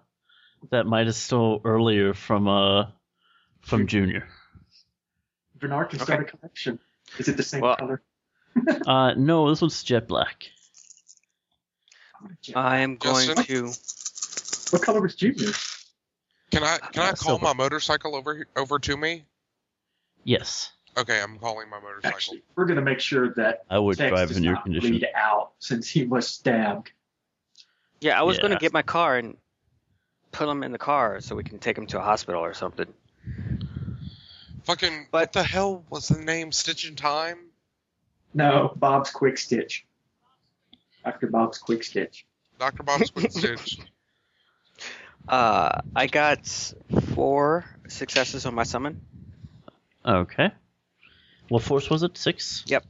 that Midas stole earlier from uh from Junior.
Bernard can
Okay.
start a collection. Is it the same
Well-
color? (laughs)
Uh no, this one's jet black.
I am going
Justin?
to.
what color was Junior?
Can I can I
Uh,
call
silver.
my motorcycle over he- over to me?
Yes,
Okay, I'm calling my motorcycle.
Actually, we're going to make sure that
I would
Tex
drive
does
in your
not
condition.
bleed out since he was stabbed.
Yeah, I was gonna
Yeah.
get my car and put him in the car so we can take him to a hospital or something.
Fucking
But-
what the hell was the name? Stitch in Time.
No, Bob's Quick Stitch. After Bob's Quick Stitch.
Doctor Bob's Quick Stitch.
Uh, I got four successes on my summon.
Okay. What force was it? Six.
Yep.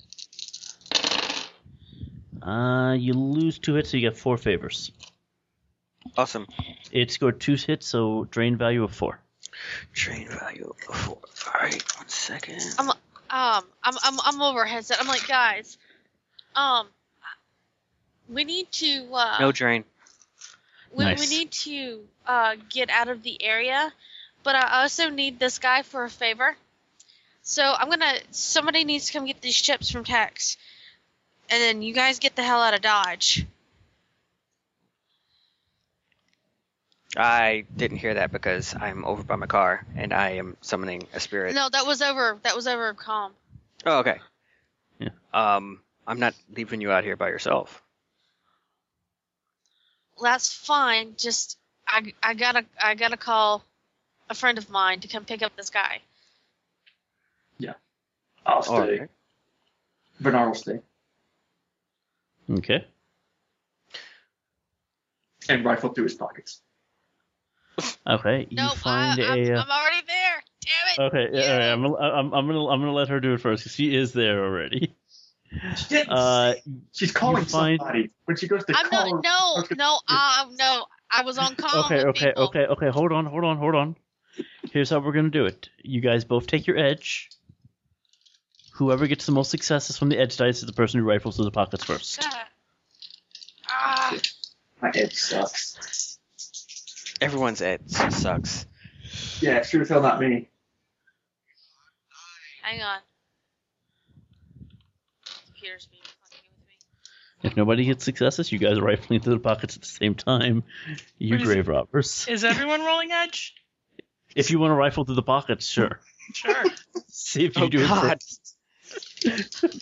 Uh, you lose two hits, so you get four favors.
Awesome.
It scored two hits, so drain value of four.
Train value of four. All right, one second.
Um, I'm I'm I'm over headset. I'm like, guys, um, we need to uh,
No drain.
we, we
Nice.
need to uh, get out of the area, but I also need this guy for a favor. So I'm gonna. Somebody needs to come get these chips from Tex, and then you guys get the hell out of Dodge.
I didn't hear that because I'm over by my car and I am summoning a spirit.
No, that was over. That was over. Calm.
Oh, okay.
Yeah.
Um, I'm not leaving you out here by yourself.
That's fine. Just I I gotta I gotta call a friend of mine to come pick up this guy.
I'll stay.
All right.
Bernard will stay.
Okay.
And rifle through his pockets.
Okay. You
No, nope, I,
find
I'm,
a. uh,
I'm already there. Damn it.
Okay, yeah, all right. I'm, gonna- I'm, I'm gonna I'm gonna let her do it first because she is there
(laughs)
already.
She didn't
Uh,
say- She's calling
find-
somebody. When she goes to
I'm
call,
not. No,
Okay.
no, um, no. I was on call.
okay,
with
okay,
people.
okay, okay. Hold on, hold on, hold on. Here's how we're gonna do it. You guys both take your edge. Whoever gets the most successes from the edge dice is the person who rifles through the pockets first.
God. Ah,
my head sucks.
Everyone's it sucks.
Yeah, sure as hell not me.
hang on. Computer's being fucking with me.
If nobody gets successes, you guys are rifling through the pockets at the same time. You
What is
grave robbers.
Is everyone rolling edge?
If you want to rifle through the pockets, sure.
Sure.
See if you
Oh,
do
God.
it first.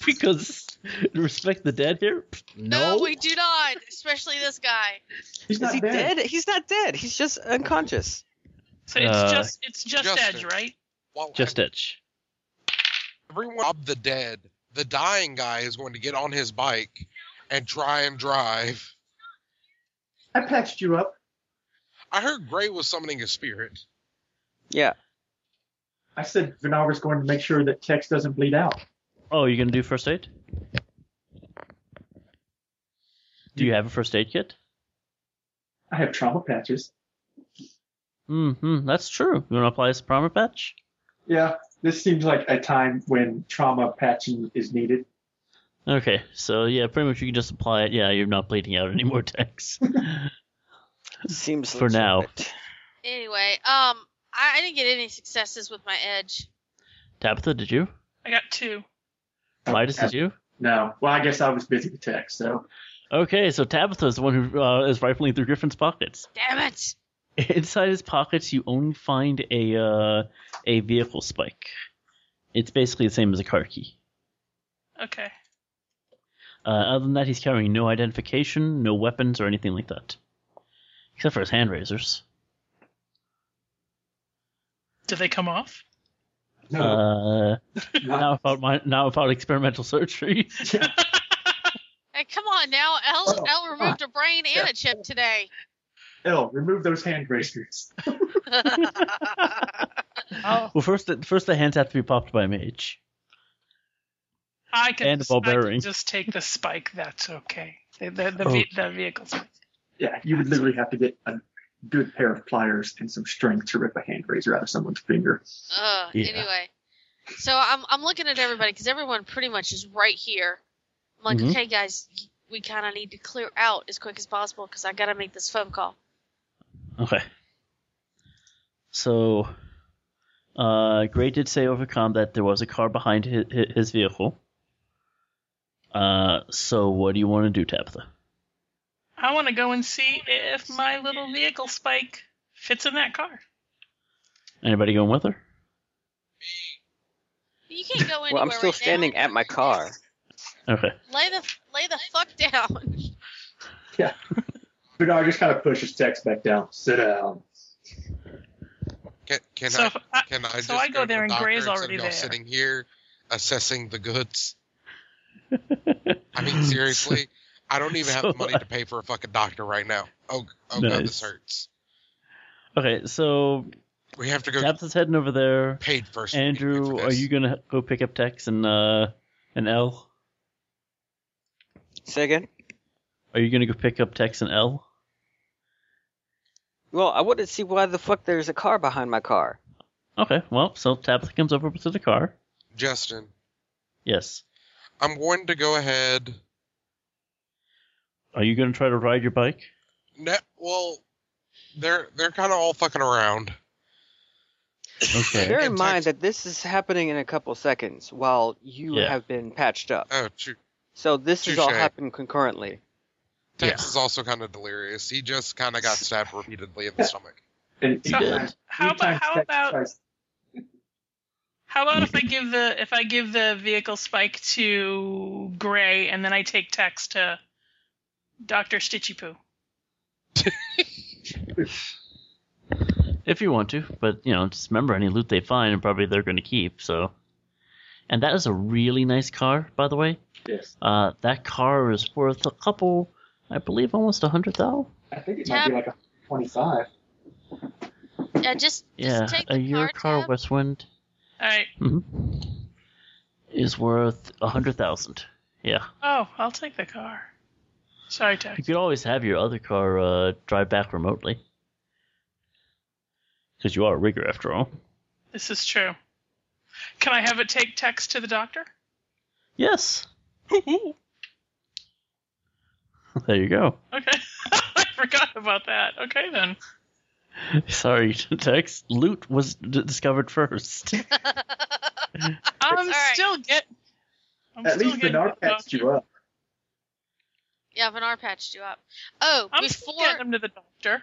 (laughs) because respect the dead here.
No, we do not. Especially this guy.
He's
Is
not
he
dead.
dead? He's not dead. He's just unconscious.
So it's
Uh,
just it's just
Justin.
edge, right?
While
Just edge.
everyone of the dead, the dying guy is going to get on his bike and try and drive.
I patched you up.
I heard Gray was summoning a spirit.
Yeah.
I said Bernard was going to make sure that Tex doesn't bleed out.
Oh, you're gonna do first aid? Do you have a first aid kit?
I have trauma patches.
Mm-hmm. That's true. You wanna apply a primer patch?
Yeah, this seems like a time when trauma patching is needed.
Okay, so yeah, pretty much you can just apply it. Yeah, you're not bleeding out anymore, Tex.
Seems
For now.
legit.
Anyway, um, I, I didn't get any successes with my edge.
Tabitha, did you?
I got two.
Midas, did you?
No. Well, I guess I was busy with Tex, so
Okay, so Tabitha is the one who uh, is rifling through Griffin's pockets. (laughs)
Damn it.
Inside his pockets, you only find a uh, a vehicle spike. It's basically the same as a car key.
Okay.
Uh, other than that, he's carrying no identification, no weapons, or anything like that, except for his hand razors.
Did they come off?
no.
Uh,
not,
now about my, now about experimental surgery.
Hey, come on now. El
Oh,
El removed a brain and a chip today.
L, remove those hand bracers.
Oh,
Well, first, the- first the hands have to be popped by a mage.
I can,
And the ball
I can
bearing.
just take the spike. That's okay. The the, the,
Oh.
ve- the vehicle spike.
Yeah, you would literally have to get a good pair of pliers and some string to rip a hand razor out of someone's finger.
Uh,
Yeah.
Anyway, so I'm I'm looking at everybody because everyone pretty much is right here. I'm like,
Mm-hmm.
Mhm.
okay, guys, y- we kind of need to clear out as quick as possible because I gotta make this phone call.
Okay. So, uh, Gray did say over comm that there was a car behind his, his vehicle. Uh, so what do you want to do, Tabitha?
I want to go and see if my little vehicle spike fits in that car.
Anybody going with her?
You can't go anywhere.
Well, I'm still
right now.
standing at my car.
Okay.
Lay the lay the fuck down. (laughs)
Bernard just kind of pushes Tex back down. Sit down.
Can, can
so
I
I,
can I just
so I go
to
there
the
and
doctor
Gray's
instead of
already
y'all
there.
sitting here assessing
(laughs)
the goods? I mean, seriously, I don't even have
So
the money to pay for a fucking doctor right now. Oh, oh god,
Nice.
this hurts.
Okay, so
We have to go get
Tabitha's heading over there.
paid first.
Andrew, are you gonna go pick up Tex and uh and L?
Say again?
Are you gonna go pick up Tex and L?
Well, I want to see why the fuck there's a car behind my car.
Okay, well, so Tabitha comes over to the car.
Justin?
Yes.
I'm going to go ahead.
Are you gonna try to ride your bike?
Ne- well, they're they're kind of all fucking around.
Okay.
Bear
And
in mind
text-
that this is happening in a couple seconds while you
Yeah.
have been patched up.
Oh, shoot.
So this has all
touche.
happened concurrently.
Tex
Yeah.
is also kind of delirious. He just kind of got stabbed repeatedly in the stomach.
And
So,
three times-
how
three
about-
times
how
Tex
about-
tries-
How about if I give the if I give the vehicle spike to Gray and then I take Tex to Doctor Stitchy Poo?
If you want to, but you know, just remember any loot they find and probably they're gonna keep, so and that is a really nice car, by the way.
Yes,
Uh that car is worth a couple I believe almost a hundred thou.
I think it might be like a twenty-five.
Yeah, Uh, just,
Yeah.
just take
A
uh,
the
year
car
car
tab.
Westwind
All right.
is worth a hundred thousand. Yeah.
Oh, I'll take the car. Sorry, Tex.
You could always have your other car uh, drive back remotely. Because you are a rigger after all.
This is true. Can I have it take Tex to the doctor?
(laughs)
Yes.
Ooh,
There you go.
okay. (laughs) I forgot about that. Okay
(laughs)
then.
(laughs) Sorry, Tex. Loot was d- discovered first.
I'm
all right.
still get. I'm
At
still
least
getting
Bernard
the
patched
doctor.
you up.
Yeah, Bernard patched you up. Oh,
I'm still
before
getting him to the doctor.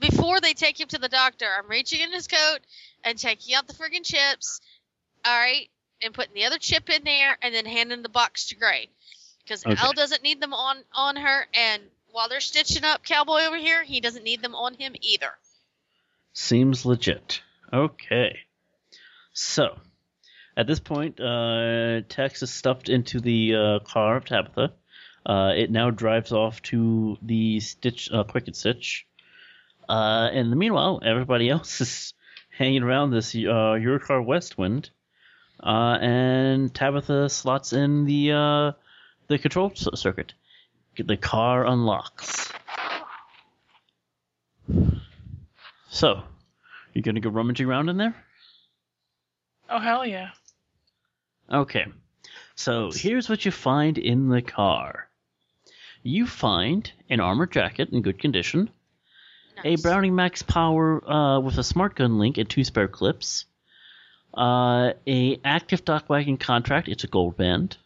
before they take him to the doctor, I'm reaching in his coat and taking out the friggin' chips. All right, and putting the other chip in there, and then handing the box to Gray because
Okay.
Elle doesn't need them on on her, and while they're stitching up Cowboy over here, he doesn't need them on him either.
Seems legit. Okay. So, at this point, uh, Tex is stuffed into the uh, car of Tabitha. Uh, it now drives off to the Stitch, uh, Quick and Stitch. Uh, in the meanwhile, everybody (laughs) else is hanging around this uh, Your Car Westwind. Uh, and Tabitha slots in the uh, the control c- circuit. The car unlocks. So, you gonna go rummaging around in there?
Oh hell yeah.
Okay. So here's what you find in the car. You find an armored jacket in good condition, a
Nice.
Browning Max Power uh, with a smart gun link and two spare clips, uh, a active dock wagon contract. It's a gold band.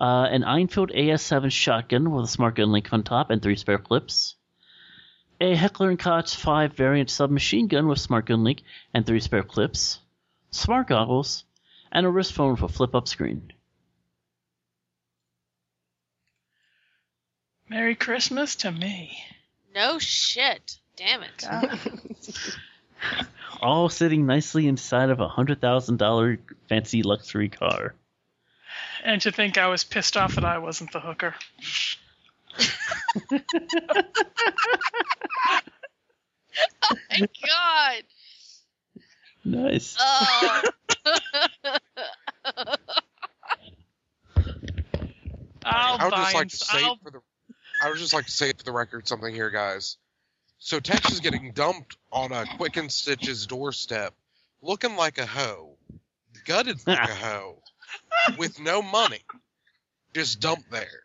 Uh, an Einfield AS7 shotgun with a smart gun link on top and three spare clips. A Heckler & Koch 5 variant submachine gun with smart gun link and three spare clips. Smart goggles, and a wrist phone with a flip up screen.
Merry Christmas to me.
No shit. Damn it.
All sitting nicely inside of a hundred thousand dollar fancy luxury car.
And to think I was pissed off that I wasn't the hooker.
Thank God.
Nice.
Oh.
I'll
I would
buy
just like
him-
to say
I'll-
for the I would just like to say for the record something here, guys. So Tex is getting dumped on a Quick and Stitch's doorstep, looking like a hoe,
(laughs)
gutted like a hoe, with no money, just dumped there.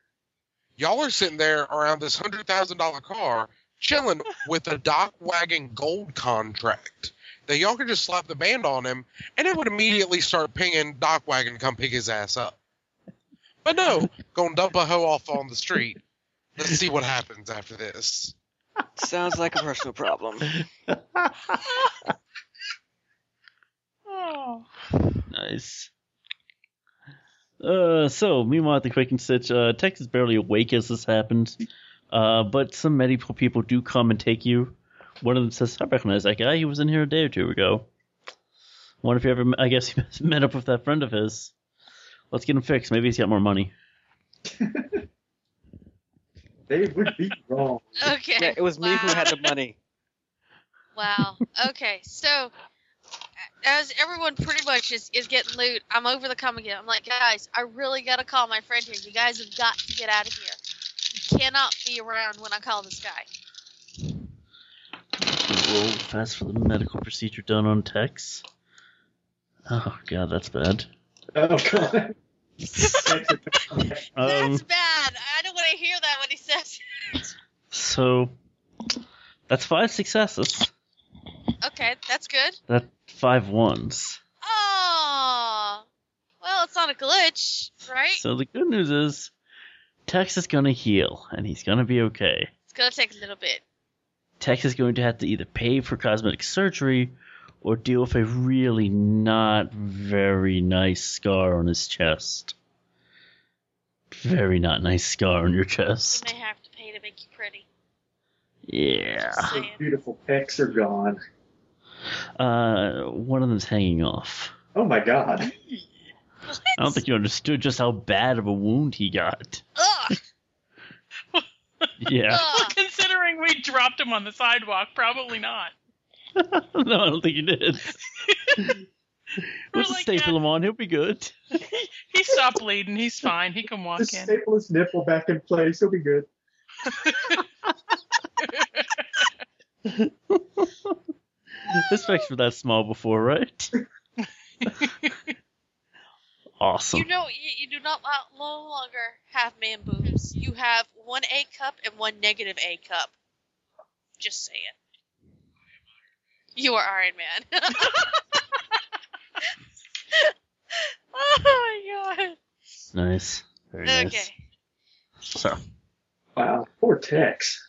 Y'all are sitting there around this hundred thousand dollar car, chilling with a dock wagon gold contract that y'all could just slap the band on him, and it would immediately start pinging dock wagon come pick his ass up. But no, gonna dump a hoe off on the street. Let's see what happens after this.
Sounds like a personal problem.
Oh.
Nice. Uh, so meanwhile at the Quaking Stitch, uh, Tex is barely awake as this happens, uh, but some medical people do come and take you. One of them says, "I recognize that guy. He was in here a day or two ago. Wonder if he ever, I guess, (laughs) he met up with that friend of his. Let's get him fixed. Maybe he's got more money."
They would be wrong.
Okay.
(laughs) Yeah, it was me who
wow.
had the money.
Wow. Okay. So, as everyone pretty much is, is getting loot, I'm over the come again. I'm like, guys, I really got to call my friend here. You guys have got to get out of here. You cannot be around when I call this guy.
Roll fast for the medical procedure done on Tex. Oh god, that's bad.
(laughs) Oh god.
Um, (laughs)
That's bad. I don't want to hear that when he says.
so that's five successes.
Okay, that's good.
That's five ones.
Oh. Well, it's not a glitch, right?
So the good news is Tex is going to heal and he's going to be okay.
It's gonna take a little bit.
Tex is going to have to either pay for cosmetic surgery or deal with a really not very nice scar on his chest. Very not nice scar on your
You
chest.
may have to pay to make you pretty.
Yeah.
Just saying.
Beautiful pecs are gone.
Uh, one of them's hanging off.
Oh my god.
I don't think you understood just how bad of a wound he got.
Ugh.
(laughs) Yeah. (laughs)
Well,
Ugh.
considering we dropped him on the sidewalk, probably not.
no, I don't think you did.
We're
Let's
like,
staple
yeah.
him on. He'll be good.
He stopped bleeding. He's fine. He can walk
Just
in.
staple his nipple back in place. He'll be good.
(laughs) This specs were that small before,
(laughs)
right? awesome.
You know, you, you do not lo- no longer have man boobs. You have one A cup and one negative A cup. Just saying. You are Iron Man. (laughs) oh my god.
nice. Very nice.
Okay.
So,
Wow. Poor Tex.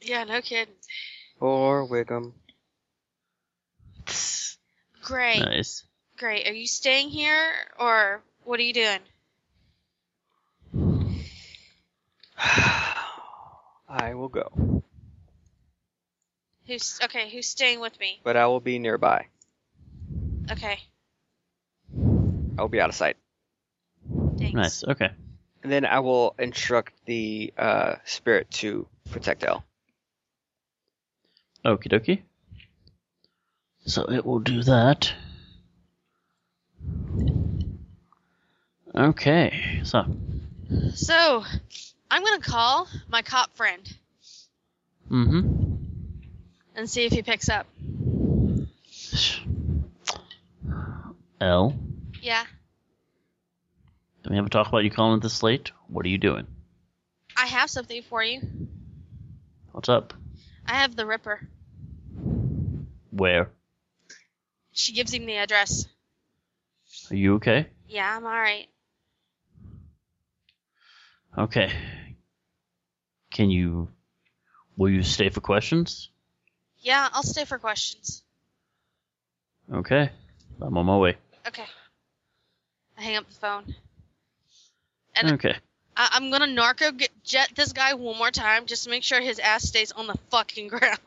Yeah, no kidding.
Poor Wiggum. (sighs)
Great,
nice.
great. Are you staying here or what are you doing?
I will go,
Who's okay? Who's staying with me?
but I will be nearby.
Okay.
I will be out of sight.
Thanks.
Nice. Okay.
And then I will instruct the uh, spirit to protect L.
Okie dokie. So it will do that. Okay. So,
So, I'm gonna call my cop friend
mm-hmm.
and see if he picks up.
L,
Yeah.
can we have a talk about you calling it this late? What are you doing?
I have something for you.
What's up?
I have the Ripper.
Where?
She gives him the address.
Are you okay?
Yeah, I'm alright.
Okay. Can you? Will you stay for questions?
Yeah, I'll stay for questions.
Okay. I'm on my way.
Okay. I hang up the phone. And-
okay.
I- I'm gonna narco get- jet this guy one more time just to make sure his ass stays on the fucking (laughs) ground.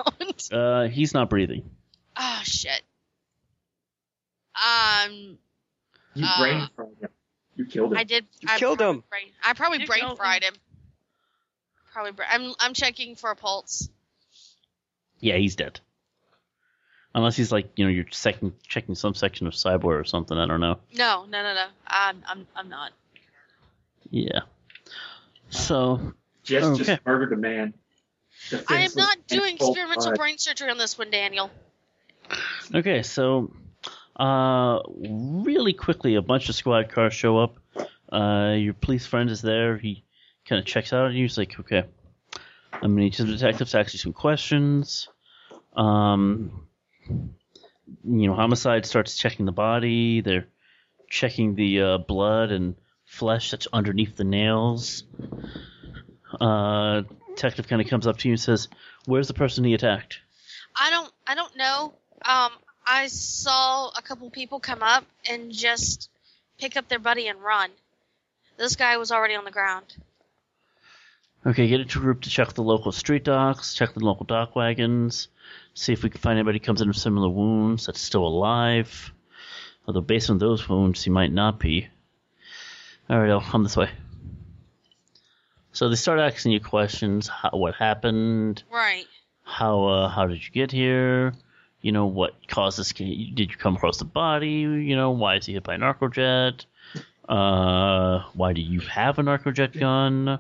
Uh, he's not breathing.
oh, shit. Um,
You
Uh,
brain fried him. You killed him.
I did.
You
I
killed
probably
him.
brain- I probably
You
brain
killed
fried him. Probably. Bra- I'm. I'm checking for a pulse.
Yeah, he's dead. Unless he's like, you know, you're second checking some section of cyborg or something. I don't know.
No, no, no, no. I'm. I'm. I'm not.
Yeah. So
Jess
okay.
just murdered a man.
I am
Defenseless
not
and
doing
full
experimental
blood.
brain surgery on this one, Daniel.
okay, so uh, really quickly, a bunch of squad cars show up. Uh, your police friend is there. He kind of checks out at you. He's like, okay, I'm gonna need you the detectives to ask you some questions. Um, you know, homicide starts checking the body. They're checking the uh, blood and flesh that's underneath the nails. Uh, detective kind of comes up to you and says, "Where's the person he attacked?"
I don't I don't know. Um, I saw a couple people come up and just pick up their buddy and run. This guy was already on the ground.
Okay, get into a group to check the local street docks, check the local dock wagons, see if we can find anybody who comes in with similar wounds that's still alive. Although based on those wounds, he might not be. All right, I'll come this way. So they start asking you questions: how, what happened,
Right.
how uh, how did you get here, you know, what caused this? Did you come across the body? You know, why is he hit by a narcojet? Uh, why do you have a narcojet gun?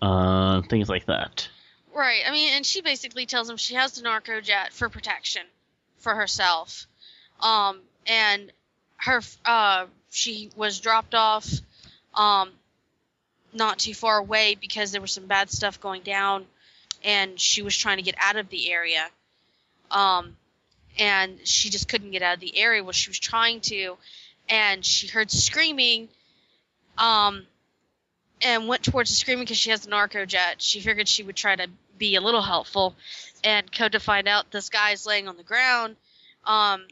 Uh, things like that.
Right. I mean, and she basically tells him she has the narco jet for protection for herself. Um, and her, uh, she was dropped off, um, not too far away because there was some bad stuff going down and she was trying to get out of the area. Um, and she just couldn't get out of the area where she was trying to. And she heard screaming, um, and went towards the screaming because she has the narco jet. She figured she would try to be a little helpful, and come to find out this guy's laying on the ground, um,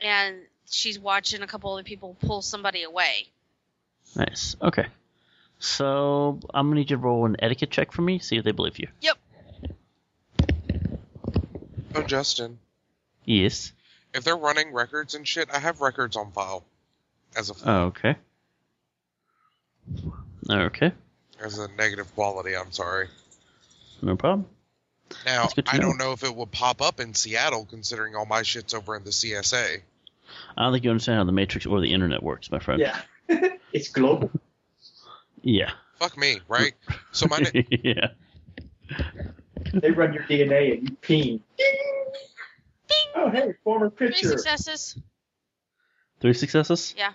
and she's watching a couple other people pull somebody away.
Nice. Okay. So I'm gonna need you to roll an etiquette check for me. See if they believe you.
Oh, Justin,
Yes.
if they're running records and shit, I have records on file as a
Okay. Okay.
as a negative quality. I'm sorry.
No problem.
Now
That's good to
I
know.
don't know if it will pop up in Seattle, considering all my shit's over in the CSA.
I don't think you understand how the matrix or the internet works, my friend.
Yeah. (laughs) it's global.
Yeah. (laughs)
Fuck me, right? So my na-
yeah.
They run your DNA and you peen. Oh, hey, former
Three
pitcher.
successes.
Three successes?
Yeah.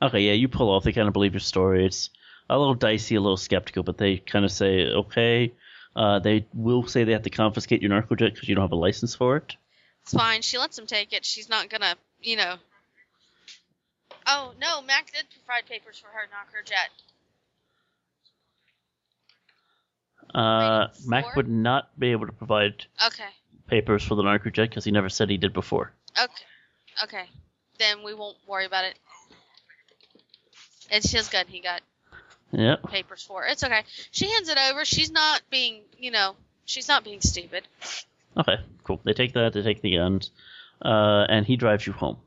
Okay, yeah, you pull off. They kind of believe your story. It's a little dicey, a little skeptical, but they kind of say, okay. Uh, they will say they have to confiscate your narcojet because you don't have a license for it.
It's fine. She lets him take it. She's not gonna, you know. Oh no, Mac did provide papers for her narco jet.
Uh,
Wait,
Mac
four?
would not be able to provide
Okay.
papers for the narcojet because he never said he did before.
Okay. Okay. Then we won't worry about it. It's his gun he got
Yep.
papers for. It's okay. She hands it over. She's not being, you know, she's not being stupid.
Okay, cool. They take that, they take the guns, uh, and he drives you home.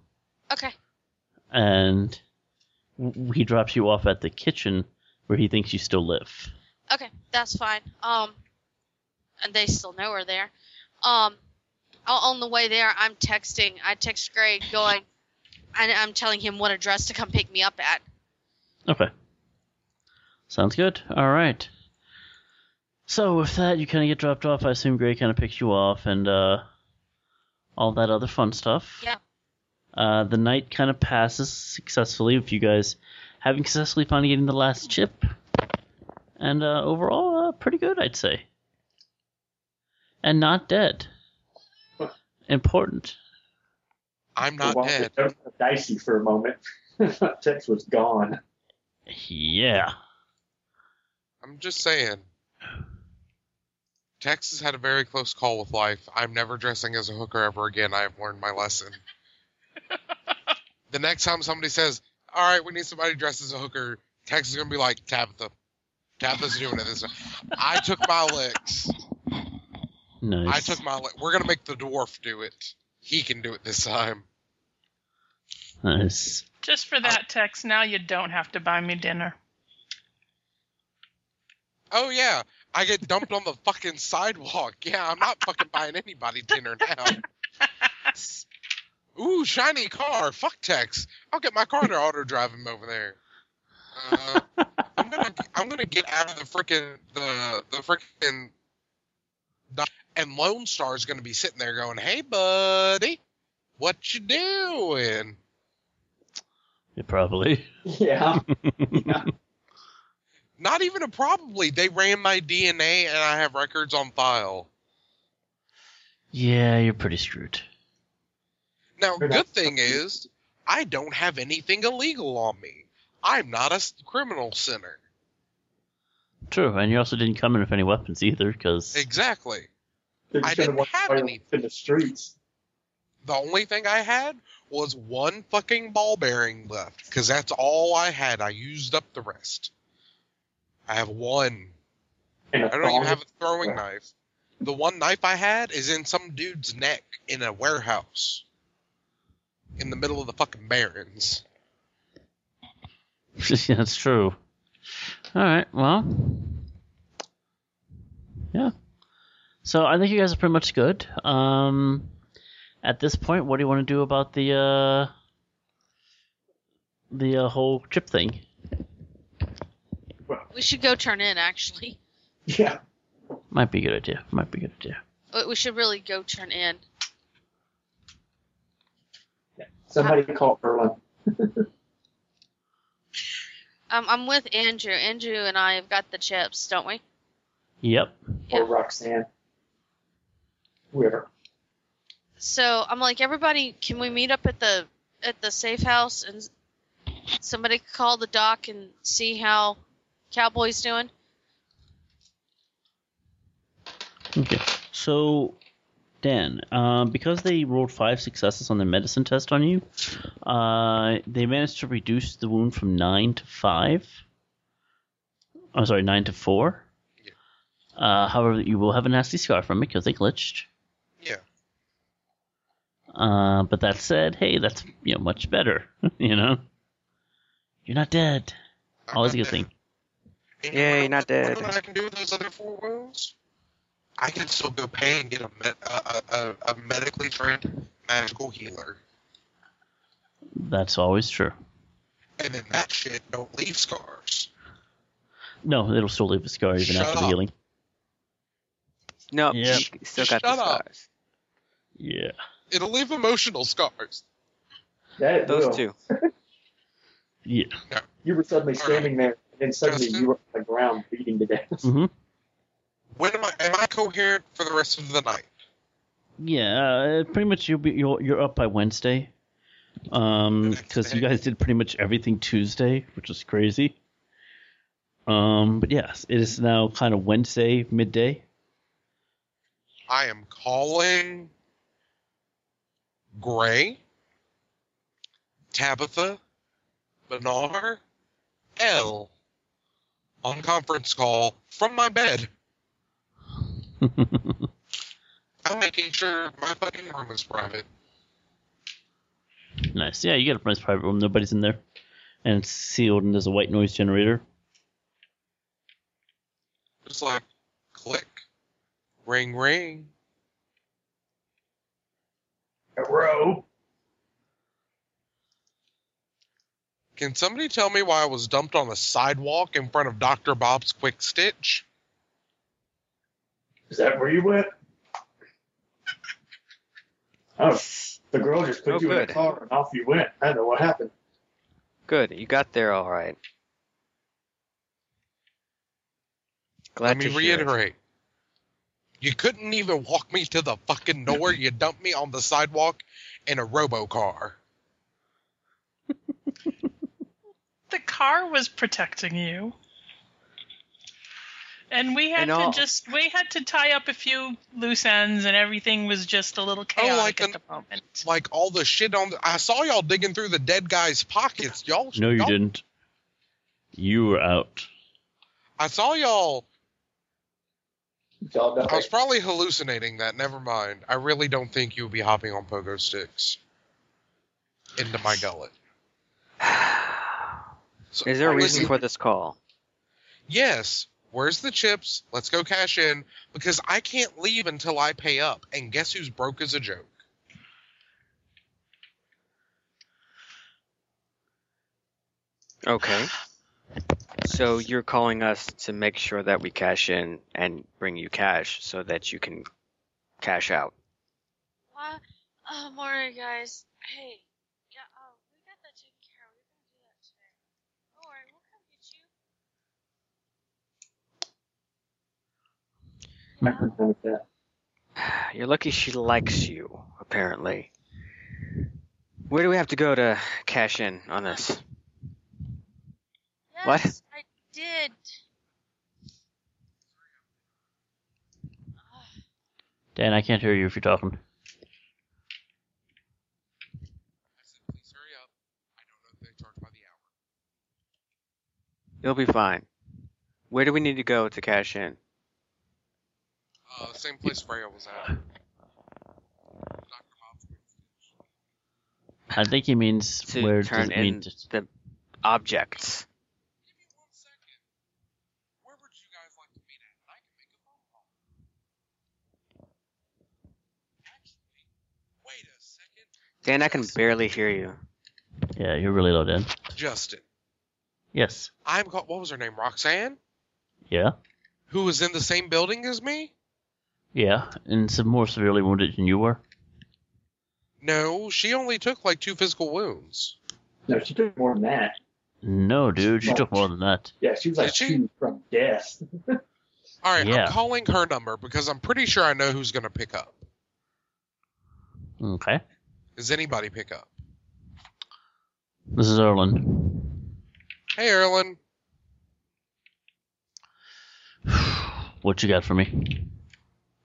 Okay.
And w- he drops you off at the kitchen where he thinks you still live.
Okay, that's fine. Um, and they still know we're there. Um, on on the way there, I'm texting. I text Greg going, and I'm telling him what address to come pick me up at.
Okay. Sounds good. All right. So with that, you kind of get dropped off. I assume Gray kind of picks you off and uh, all that other fun stuff.
Yeah.
Uh, the night kind of passes successfully with you guys having successfully finally getting the last chip, and uh, overall, uh, pretty good, I'd say. And not dead. Important.
I'm not
Walter
dead.
Jones was Dicey for a moment. (laughs) Tex was gone.
Yeah.
I'm just saying. Texas had a very close call with life. I'm never dressing as a hooker ever again. I have learned my lesson. the next time somebody says, "All right, we need somebody dressed as a hooker," Texas is gonna be like, "Tabitha, Tabitha's doing it this time." I took my licks. I
Nice.
took my lick. We're gonna make the dwarf do it. He can do it this time.
Nice.
Just for that text, now you don't have to buy me dinner. (laughs)
Oh yeah, I get dumped on the fucking sidewalk. Yeah, I'm not fucking buying anybody dinner now. Ooh, shiny car. Fuck Tex. I'll get my car to auto drive him over there. Uh, I'm gonna I'm gonna get out of the frickin' the the frickin' dock, and Lone Star's gonna be sitting there going, "Hey, buddy, what you doing?" (laughs)
Yeah, probably.
Yeah.
Not even a probably. They ran my DNA and I have records on file.
Yeah, you're pretty screwed.
Now,
They're
good
not-
thing is, I don't have anything illegal on me. I'm not a s- criminal sinner.
True, and you also didn't come in with any weapons either, because (laughs)
Exactly.
They're
I
just gonna
didn't
want
have
violence
any.
in the streets.
The only thing I had was one fucking ball bearing left, because that's all I had. I used up the rest. I have one.
And
I don't even have
have.
a throwing
Yeah.
knife. The one knife I had is in some dude's neck in a warehouse in the middle of the fucking barrens.
that's true. All right, well, yeah. So I think you guys are pretty much good. Um, at this point, what do you want to do about the uh, the uh, whole chip thing?
We should go turn in, actually.
(laughs) Yeah.
Might be a good idea. Might be a good idea.
But we should really go turn in.
Somebody call Erlen.
Um, I'm with Andrew. Andrew and I have got the chips, don't we?
Yep.
or Roxanne. Whoever.
So I'm like, everybody, can we meet up at the at the safe house and somebody could call the doc and see how Cowboy's doing?
Okay. So, Dan, um, because they rolled five successes on their medicine test on you, uh, they managed to reduce the wound from nine to five. I'm sorry, nine to four.
Yeah.
Uh, however, you will have a nasty scar from it because they glitched.
Yeah.
Uh, but that said, hey, that's you know much better. (laughs) you know, you're not dead.
I'm
Always Oh, a
not
good
dead.
thing.
And
Yay,
you know
not
what- you know
dead.
What I can do with those other four wounds? I can still go pay and get a, med- a, a, a- a medically trained magical healer.
That's always true.
And then that shit don't leave scars.
No, it'll still leave a scar even
Shut
after the
up.
healing.
No,
Yep.
you still got the
Shut up.
scars.
Yeah.
It'll leave emotional scars.
That it will.
Those two.
Yeah.
You were suddenly standing there, and then suddenly
Justin?
you were on the ground bleeding to death. (laughs)
hmm
When am I? Am I coherent for the rest of the night?
Yeah, uh, pretty much you'll be you're, you're up by Wednesday, um,
Next
because you
day.
guys did pretty much everything Tuesday, which was crazy. Um, but yes, it is now kind of Wednesday midday. (laughs)
I am calling Gray, Tabitha, Benar, L on conference call from my bed. I'm making sure my fucking room is private.
nice. Yeah, you got a nice private room. Nobody's in there, and it's sealed, and there's a white noise generator.
Just like click, ring, ring.
Row.
Can somebody tell me why I was dumped on the sidewalk in front of Dr. Bob's Quick Stitch?
Is that where you went? Oh, the girl just put
Oh,
you in
good.
the car and off you went. I don't know what happened.
Good, you got there all right. Glad
Let me
to hear it.
reiterate. You couldn't even walk me to the fucking door. you dumped me on the sidewalk in a robocar.
The car was protecting you. And we had
And
to
all-
just we had to tie up a few loose ends and everything was just a little chaotic
like
at
an-
the moment.
Like all the shit on. The, I saw y'all digging through the dead guy's pockets. Y'all.
No, you
y'all-
didn't. You were out.
I saw y'all.
Y'all know.
I was probably hallucinating that. Never mind. I really don't think you'll be hopping on pogo sticks into my gullet. So
Is there a reason
listen,
for this call?
Yes. Where's the chips? Let's go cash in because I can't leave until I pay up. And guess who's broke as a joke?
Okay. So you're calling us to make sure that we cash in and bring you cash so that you can cash out.
Why? Oh, morning, guys. Hey, yeah, um, we got that taken care of. We're gonna do that today. Don't worry, we'll come get you.
Remember like
(sighs)
that.
You're lucky she likes you, apparently. Where do we have to go to cash in on this?
Yes,
What?
I did.
Dan, I can't hear you if you're talking.
I said, please hurry up. I don't know if they charge by the
You'll
hour.
be fine. Where do we need to go to cash in?
Uh, same place Freya was at. Dr. Hobbs.
I think he (laughs) means
To
where does
turn
it mean
in
to-
the objects.
Give me one second. Where would you guys like to meet at? And I can make a phone call. Actually, wait a second.
Dan, I can barely hear you.
Yeah, you're really low, Dan.
Justin.
Yes.
I'm called, what was her name? Roxanne?
Yeah.
Who was in the same building as me?
Yeah. And some more severely wounded than you were.
No, she only took like two physical wounds.
No, she took more than that.
No, dude, she took more than that.
Yeah, she was like
Did she?
two from death.
All right,
Yeah.
I'm calling her number because I'm pretty sure I know who's going to pick up.
Okay.
Does anybody pick up?
This is Erlen.
Hey, Erlen.
What you got for me?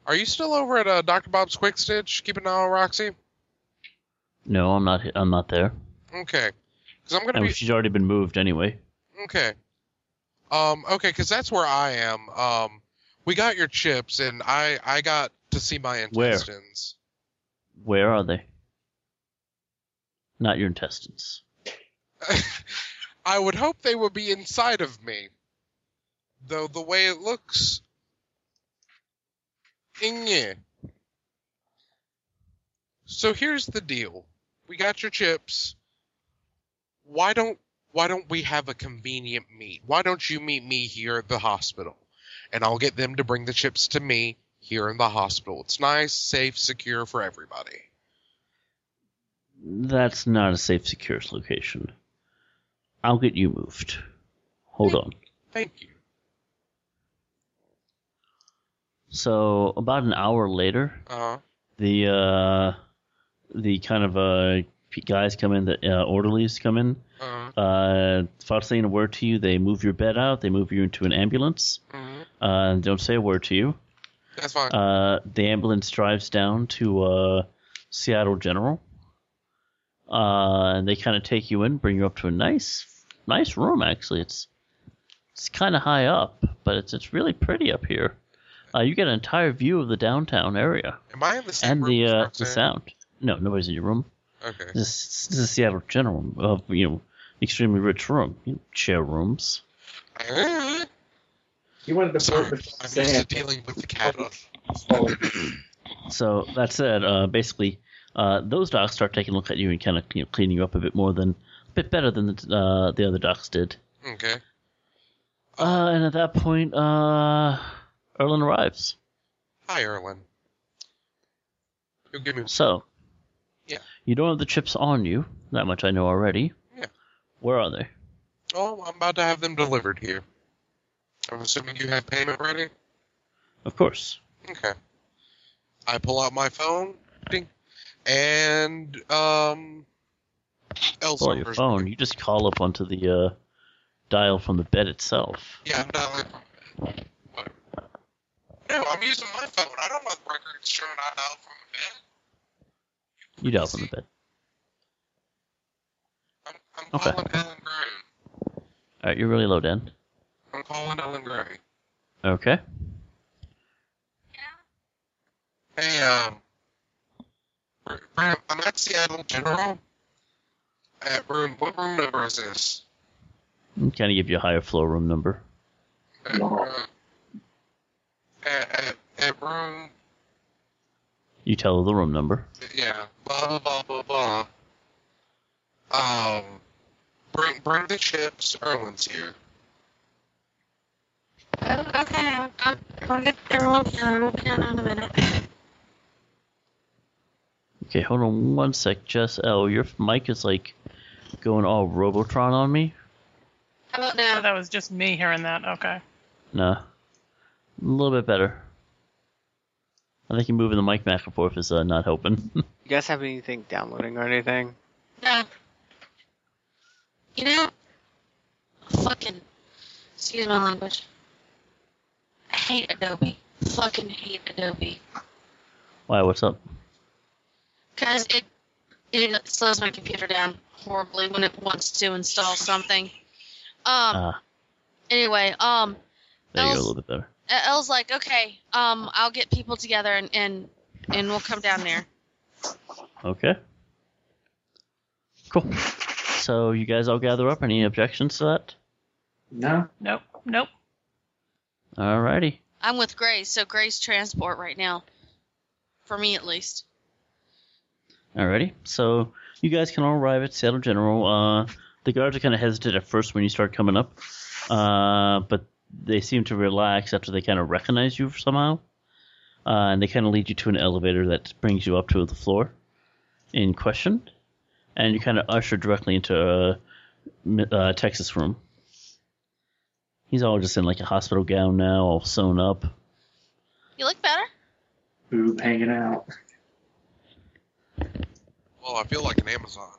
Are you still over at uh, Dr. Bob's Quick Stitch? Keep an eye on Roxy?
No, I'm not. I'm not there.
Okay. Because I'm going to
And
be.
she's already been moved anyway.
Okay. Um, okay, because that's where I am. Um, we got your chips, and I, I got to see my
Where?
intestines.
Where are they? Not your intestines.
(laughs) I would hope they would be inside of me. Though the way it looks. yeah. So here's the deal. We got your chips. Why don't why don't we have a convenient meet? Why don't you meet me here at the hospital? And I'll get them to bring the chips to me here in the hospital. It's nice, safe, secure for everybody.
That's not a safe, secure location. I'll get you moved. Hold on.
Thank you.
So about an hour later,
Uh
the uh, the kind of uh, p- guys come in, the uh, orderlies come in.
uh
Uh, without saying a word to you, they move your bed out. They move you into an ambulance.
mhm.
Uh, they don't say a word to you.
That's fine.
Uh, the ambulance drives down to uh, Seattle General. Uh, and they kind of take you in, bring you up to a nice, nice room. Actually, it's it's kind of high up, but it's it's really pretty up here. Uh, you get an entire view of the downtown area
Am I in the same
and
room
the
as
uh, the
Roxanne?
sound. No, nobody's in your room.
Okay.
This, this is Seattle General, uh, you know, extremely rich room, you know, chair rooms.
I'm
You wanted the
(laughs) Sorry,
purpose of
used to
sand.
dealing with the cat.
So that said, uh, basically, uh, those docs start taking a look at you and kind of you know, cleaning you up a bit more than, a bit better than the, uh, the other docs did.
Okay.
Uh, and at that point, uh, Erlen arrives.
Hi, Erlen. You'll give me.
So,
Yeah.
you don't have the chips on you. That much I know already.
Yeah.
Where are they?
Oh, I'm about to have them delivered here. I'm assuming you have payment ready.
Of course.
Okay. I pull out my phone, ding, and um, Elle's
Or your
number's-
phone. You just call up onto the uh, dial from the bed itself.
Yeah, I'm dialing. from bed. Whatever. No, I'm using my phone. I don't want records showing I dialed from the bed.
You dial from the bed.
I'm, I'm
Okay.
calling Ellen Gray.
All right, you're really low, Dan.
I'm calling Ellen Gray.
Okay.
Yeah.
Hey, um, Br- Br- I'm at Seattle General. At room, what room number is this?
Kind of give you a higher floor room number.
At,
No.
uh, at, at, at room,
You tell her the room number.
yeah, blah blah blah blah blah. Um, bring bring the chips. Erwin's here.
Oh, okay, I'll, I'll- I'll get there. I'll be on, I'll be on in a minute.
Okay, hold on one sec, Jess. Oh, your mic is like going all Robotron on me.
How about
Oh,
now?
that was just me hearing that. Okay.
Nah. A little bit better. I think you moving the mic back and forth is uh, not helping. (laughs)
You guys have anything downloading or anything?
No. You know, fucking, excuse my language. I hate Adobe. Fucking hate Adobe.
Why? What's up?
Because it, it slows my computer down horribly when it wants to install something. Um,
Ah.
anyway, um,
There you go, a
Else-
little bit better.
Elle's like, okay, um, I'll get people together and, and, and we'll come down there.
Okay. Cool. So you guys all gather up. Any objections to that?
No,
Nope. Nope.
Alrighty.
I'm with Grace, so Grace transport right now. For me, at least.
Alrighty. So you guys can all arrive at Seattle General. Uh, the guards are kind of hesitant at first when you start coming up, uh, but they seem to relax after they kind of recognize you somehow, uh, and they kind of lead you to an elevator that brings you up to the floor in question, and you kind of usher directly into a mi- uh, Texas room. He's all just in like a hospital gown now, all sewn up.
You look better?
boob hanging out.
Well, I feel like an Amazon.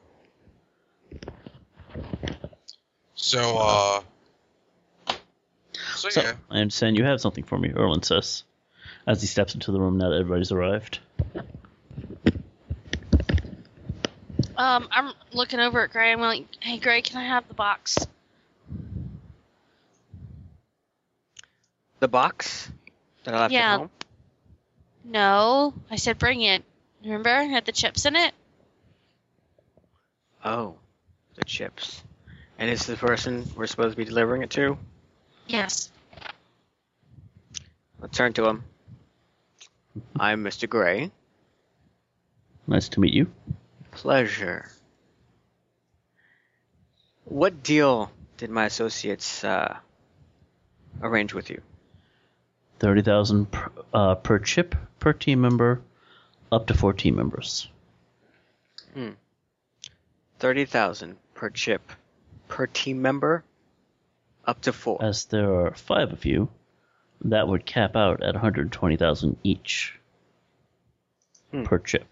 So, uh. So,
So,
Oh, yeah.
I understand you have something for me, Erlin says, as he steps into the room now that everybody's arrived.
Um, I'm looking over at Gray. I'm like, hey, Gray, can I have the box?
The box that I left
Yeah.
at home.
No. I said, bring it. Remember? It had the chips in it?
Oh, the chips. And it's the person we're supposed to be delivering it to.
Yes.
I'll turn to him. I'm Mr. Gray.
Nice to meet you.
Pleasure. What deal did my associates uh, arrange with you?
30,000 per, uh, per chip, per team member, up to four team members.
Thirty thousand per chip, per team member, up to four.
As there are five of you, that would cap out at 120,000 each
Hmm.
per chip.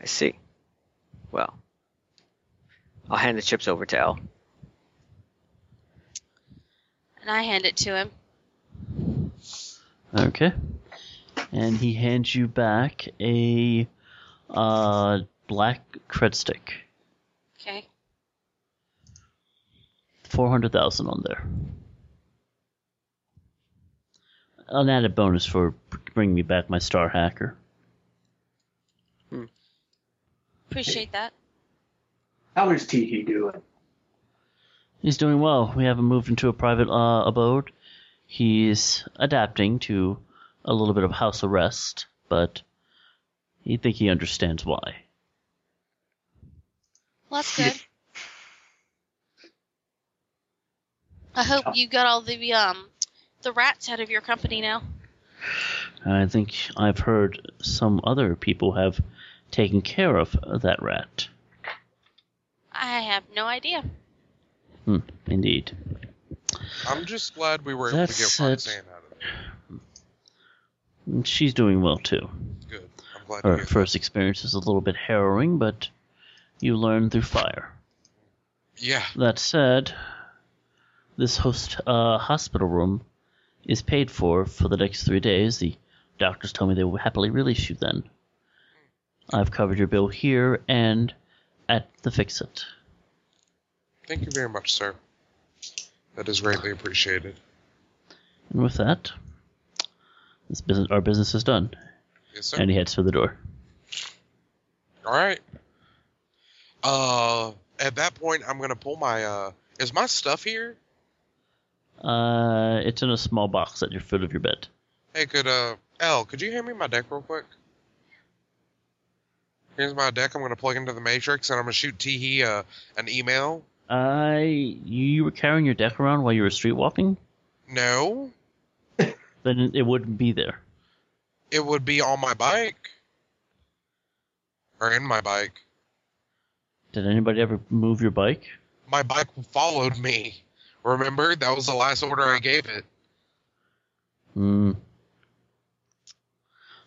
I see. Well, I'll hand the chips over to L.
And I hand it to him.
Okay. And he hands you back a uh, black cred stick.
Okay.
400,000 on there. An added bonus for bringing me back my star hacker.
Appreciate that.
How is Teehee doing? (laughs)
He's doing well. We haven't moved into a private uh, abode. He's adapting to a little bit of house arrest, but I think he understands why.
Well, that's good. I hope you got all the um the rats out of your company now.
And I think I've heard some other people have taken care of that rat.
I have no idea.
Hmm, indeed.
I'm just glad we were able to
That's
get
it.
Roxanne out of it.
And she's doing well too.
Good. I'm glad to
Her
hear
first experience is a little bit harrowing, but you learn through fire.
that. Yeah.
That said, this host uh, hospital room is paid for for the next three days. The doctors told me they will happily release you then. I've covered your bill here and at the Fix It.
Thank you very much, sir. That is greatly appreciated.
And with that, this business, our business is done.
Yes, sir.
And he heads for the door.
All right. Uh, at that point, I'm gonna pull my. uh Is my stuff here?
Uh, it's in a small box at your foot of your bed.
Hey, could uh, L, could you hand me my deck real quick? Here's my deck. I'm gonna plug into the matrix, and I'm gonna shoot Teehee uh, an email.
I you were carrying your deck around while you were street walking,
No,
then it wouldn't be there.
it would be on my bike or in my bike.
Did anybody ever move your bike?
My bike followed me. Remember, that was the last order I gave it.
Mm.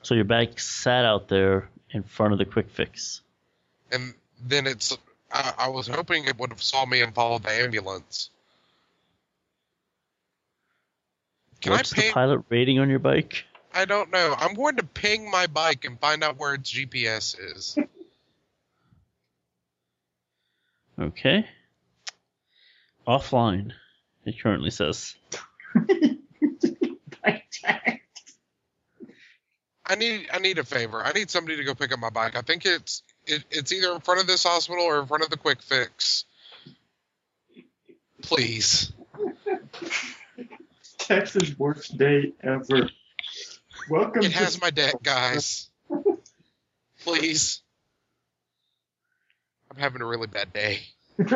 So your bike sat out there in front of the quick fix.
and then it's. I, I was hoping it would have saw me and followed the ambulance. Can
What's
I ping?
the pilot rating on your bike?
I don't know. I'm going to ping my bike and find out where its GPS is.
Okay. Offline, it currently says.
I need I need a favor. I need somebody to go pick up my bike. I think it's it, it's either in front of this hospital or in front of the quick fix. Please.
Texas worst day ever. Welcome
It
to
has my debt, guys. Please. I'm having a really bad day.
(laughs)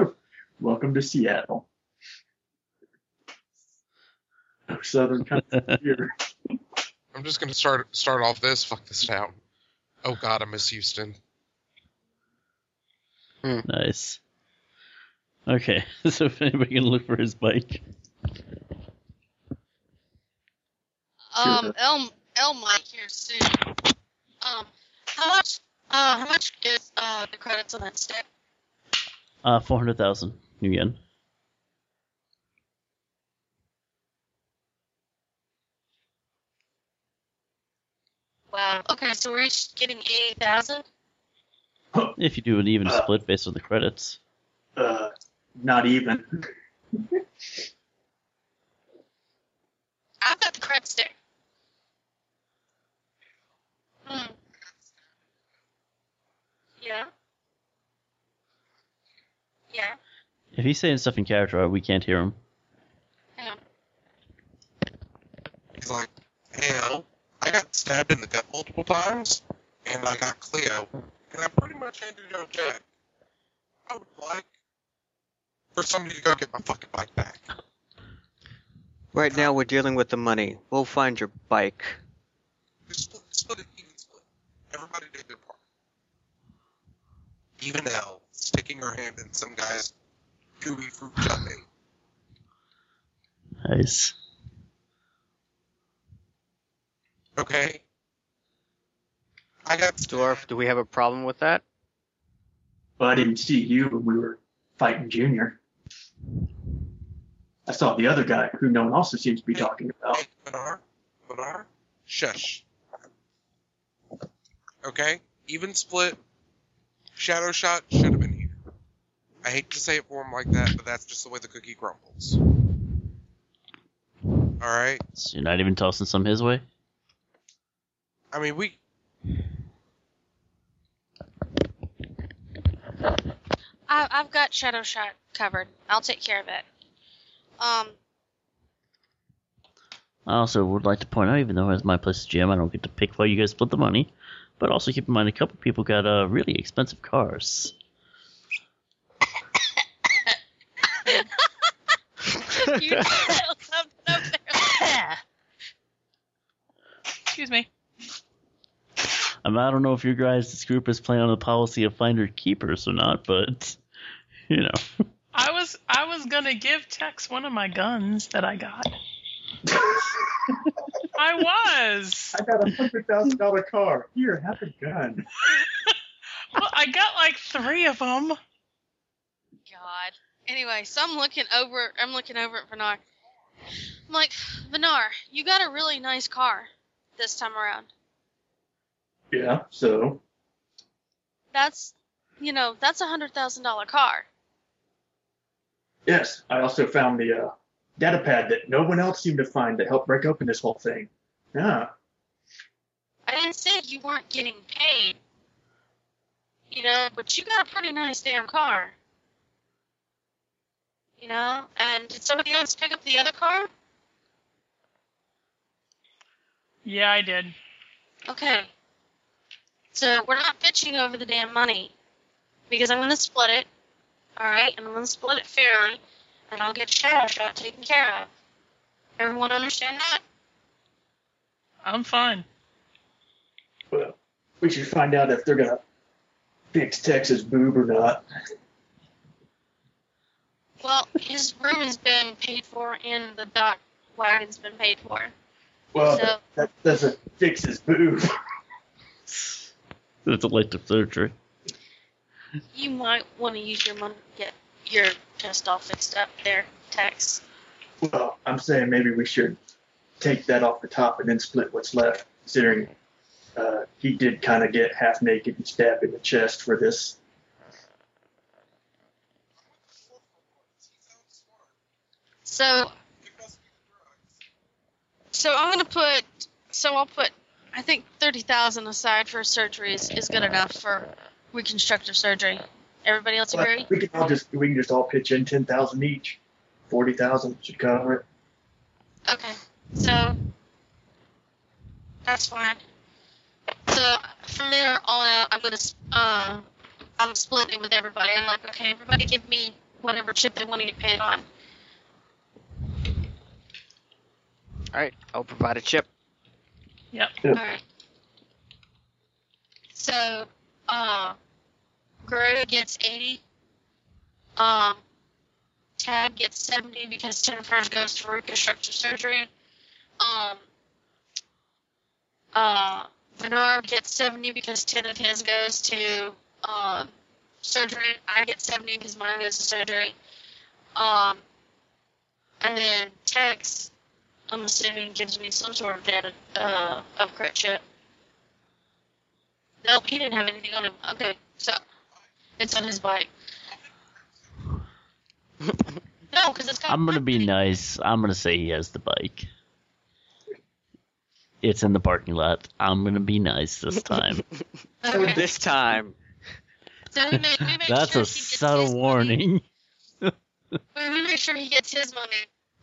Welcome to Seattle. Oh, Southern
(laughs)
Comfort beer.
I'm just gonna start start off this. Fuck this town. Oh god, I miss Houston.
Nice. Okay, (laughs) so if anybody can look for his bike,
Um,
Sure.
El El Mike here soon. Um, how much? Uh, how much is uh the credits on that stick?
uh, 400,000 New Yen.
Wow. Okay, so we're each getting eighty thousand.
If you do an even split based on the credits.
Uh, not even.
I've got the credit stick. Hmm. Yeah. Yeah.
If he's saying stuff in character, we can't hear him.
Yeah.
He's like, hell, I got stabbed in the gut multiple times, and I got Cleo, and I pretty much handed it over to Jack. I would like for somebody to go get my fucking bike back.
Right now, we're dealing with the money. We'll find your bike.
Just split, split it, even split. Everybody did their part. Even Elle, sticking her hand in some guy's gooey fruit jelly.
Nice.
Okay? I got
Dwarf, do we have a problem with that?
But I didn't see you when we were fighting Junior. I saw the other guy who no one also seems to be talking about.
Hey, Benar, Benar, shush. Okay, even split. Shadow shot should have been here. I hate to say it for him like that, but that's just the way the cookie crumbles. All right.
So you're not even tossing some his way?
I mean, we.
I, I've got Shadow Shot covered. I'll take care of it. Um, (laughs)
I also would like to point out, even though it's my place to GM, I don't get to pick why you guys split the money. But also keep in mind, a couple people got uh, really expensive cars.
you nailed something up there.
Excuse me.
I, mean, Um, I don't know if your guys' group is playing on the policy of finder keepers or not, but (laughs) you know,
I was I was gonna give Tex one of my guns that I got. I was.
I got a hundred thousand dollar car. Here, have a gun.
Well, I got like three of them.
God. Anyway, so I'm looking over. I'm looking over at Vinar. I'm like, Vinar, you got a really nice car this time around.
Yeah. So
That's, you know, that's a hundred thousand dollar car.
yes, I also found the uh, data pad that no one else seemed to find that helped break open this whole thing. Ah, Yeah.
I didn't say you weren't getting paid. You know, but you got a pretty nice damn car. You know, and did somebody else pick up the other car?
Yeah, I did.
Okay. So we're not bitching over the damn money. Because I'm gonna split it. Alright, and I'm gonna split it fairly, and I'll get Shadow Shot taken care of. Everyone understand that?
I'm fine.
Well, we should find out if they're gonna fix Texas boob or not.
Well, his room has been paid for and the dock wagon's been paid for.
Well,
So-
that doesn't fix his move.
It's elective surgery.
You might want to use your money to get your chest all fixed up there, Tex.
Well, I'm saying maybe we should take that off the top and then split what's left, considering uh, he did kind of get half naked and stabbed in the chest for this.
So, so I'm gonna put. So I'll put. I think thirty thousand aside for surgery is, is good enough for reconstructive surgery. Everybody else agree?
we can all just we can just all pitch in ten thousand each. Forty thousand should cover it.
Okay, so that's fine. So from there on out, I'm gonna uh, I'm splitting with everybody. I'm like, okay, everybody give me whatever chip they want to get paid on.
All right, I'll provide a chip.
Yep.
All right. So, uh, Gray gets 80. Um, Tab gets 70 because Jennifer's goes to reconstructive surgery. Um, uh, Bernard gets 70 because 10 of his goes to, um, surgery. I get 70 because mine goes to surgery. Um, and then Tex I'm assuming gives me some sort of data uh, of crit chip. Nope, he didn't have anything on him. Okay, so it's on his
(laughs)
bike. no, because it's got.
I'm gonna be
nothing.
nice. I'm gonna say he has the bike. It's in the parking lot. I'm gonna be nice
(laughs)
this
(laughs)
time.
Okay.
This time,
So we make, we make
That's
sure
a
he gets
subtle
his Money.
warning.
We we make sure he gets his money,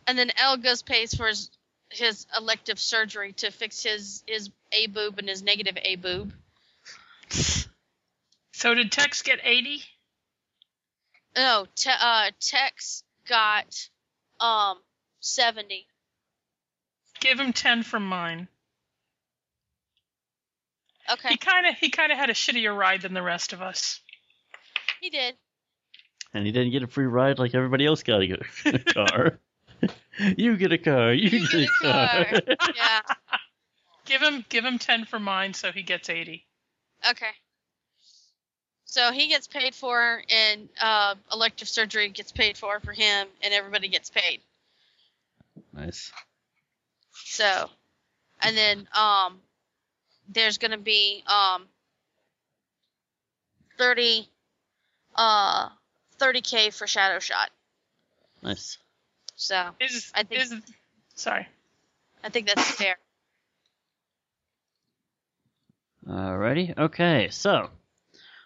and then L goes pays for his his elective surgery to fix his his a boob and his negative a boob.
So did Tex get 80?
No, te- uh, Tex got um seventy.
Give him 10 from mine. He
Okay,
kind of he kind of had a shittier ride than the rest of us.
he did.
And he didn't get a free ride like everybody else got a (laughs) a car. you get a car. You,
You get a car.
(laughs)
yeah.
Give him give him 10 from mine so he gets 80.
Okay. So he gets paid for, and uh, elective surgery gets paid for for him, and everybody gets paid.
nice.
So, and then um, there's gonna be um, thirty, uh, thirty k for Shadow Shot.
Nice.
So
Is
I think-
is sorry.
I think that's fair.
Alrighty. Okay. So,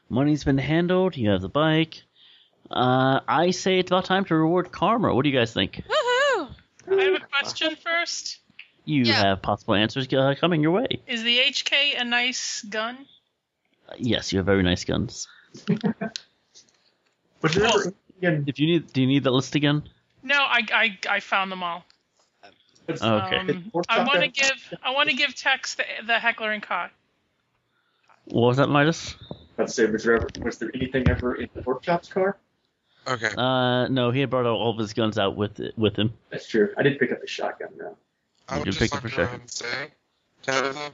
money's been handled. You have the bike. Uh, I say it's about time to reward karma. What do you guys think?
Woohoo!
I have a question first.
You
Yeah.
have possible answers uh, coming your way.
Is the HK a nice gun?
Yes, you have very nice guns.
But remember, Indian,
If you need, do you need that list again?
No, I I, I found them all.
Okay.
Um, I want to give I want to give Tex the, the heckler and caught.
what was that, Midas?
I'd say was there, was there anything ever in the workshop's car?
Okay.
Uh, no, he had brought all of his guns out with with him.
That's true. I did pick up the shotgun now.
I would
You
just
pick
like
up
to
a
go
second.
ahead and say, Tabitha,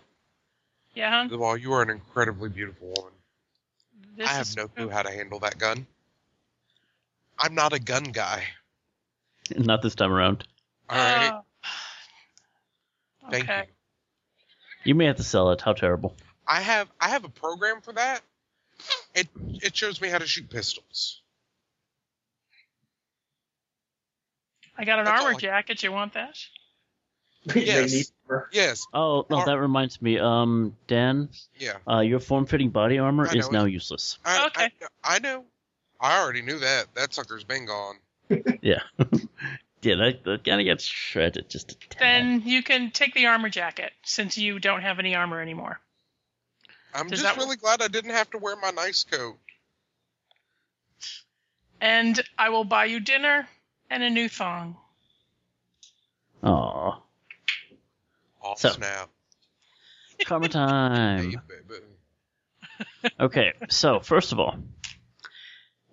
Yeah, huh?
well, you are an incredibly beautiful woman.
This
I have
is-
no clue how to handle that gun. I'm not a gun guy.
Not this time around.
All right.
(sighs) Oh.
Thank
okay.
you.
You may have to sell it. How terrible.
I have I have a program for that. It it shows me how to shoot pistols.
I got an
That's
armor
all I-
jacket. You want that?
(laughs)
Yes.
they need her.
Yes.
Oh no,
Or-
that reminds me. Um, Dan,
Yeah.
uh, your form-fitting body armor
I
is
know.
now useless. (laughs)
I,
Okay.
I, I know. I already knew that. That sucker's been gone.
Yeah. (laughs) yeah, that, that kind of gets shredded just a tad.
Then you can take the armor jacket since you don't have any armor anymore.
I'm
Does
just
that-
really glad I didn't have to wear my nice coat.
And I will buy you dinner and a new thong.
Aw,
Oh
So- um,
snap.
karma
Hey, (laughs)
time.
baby.
Okay, so first of all,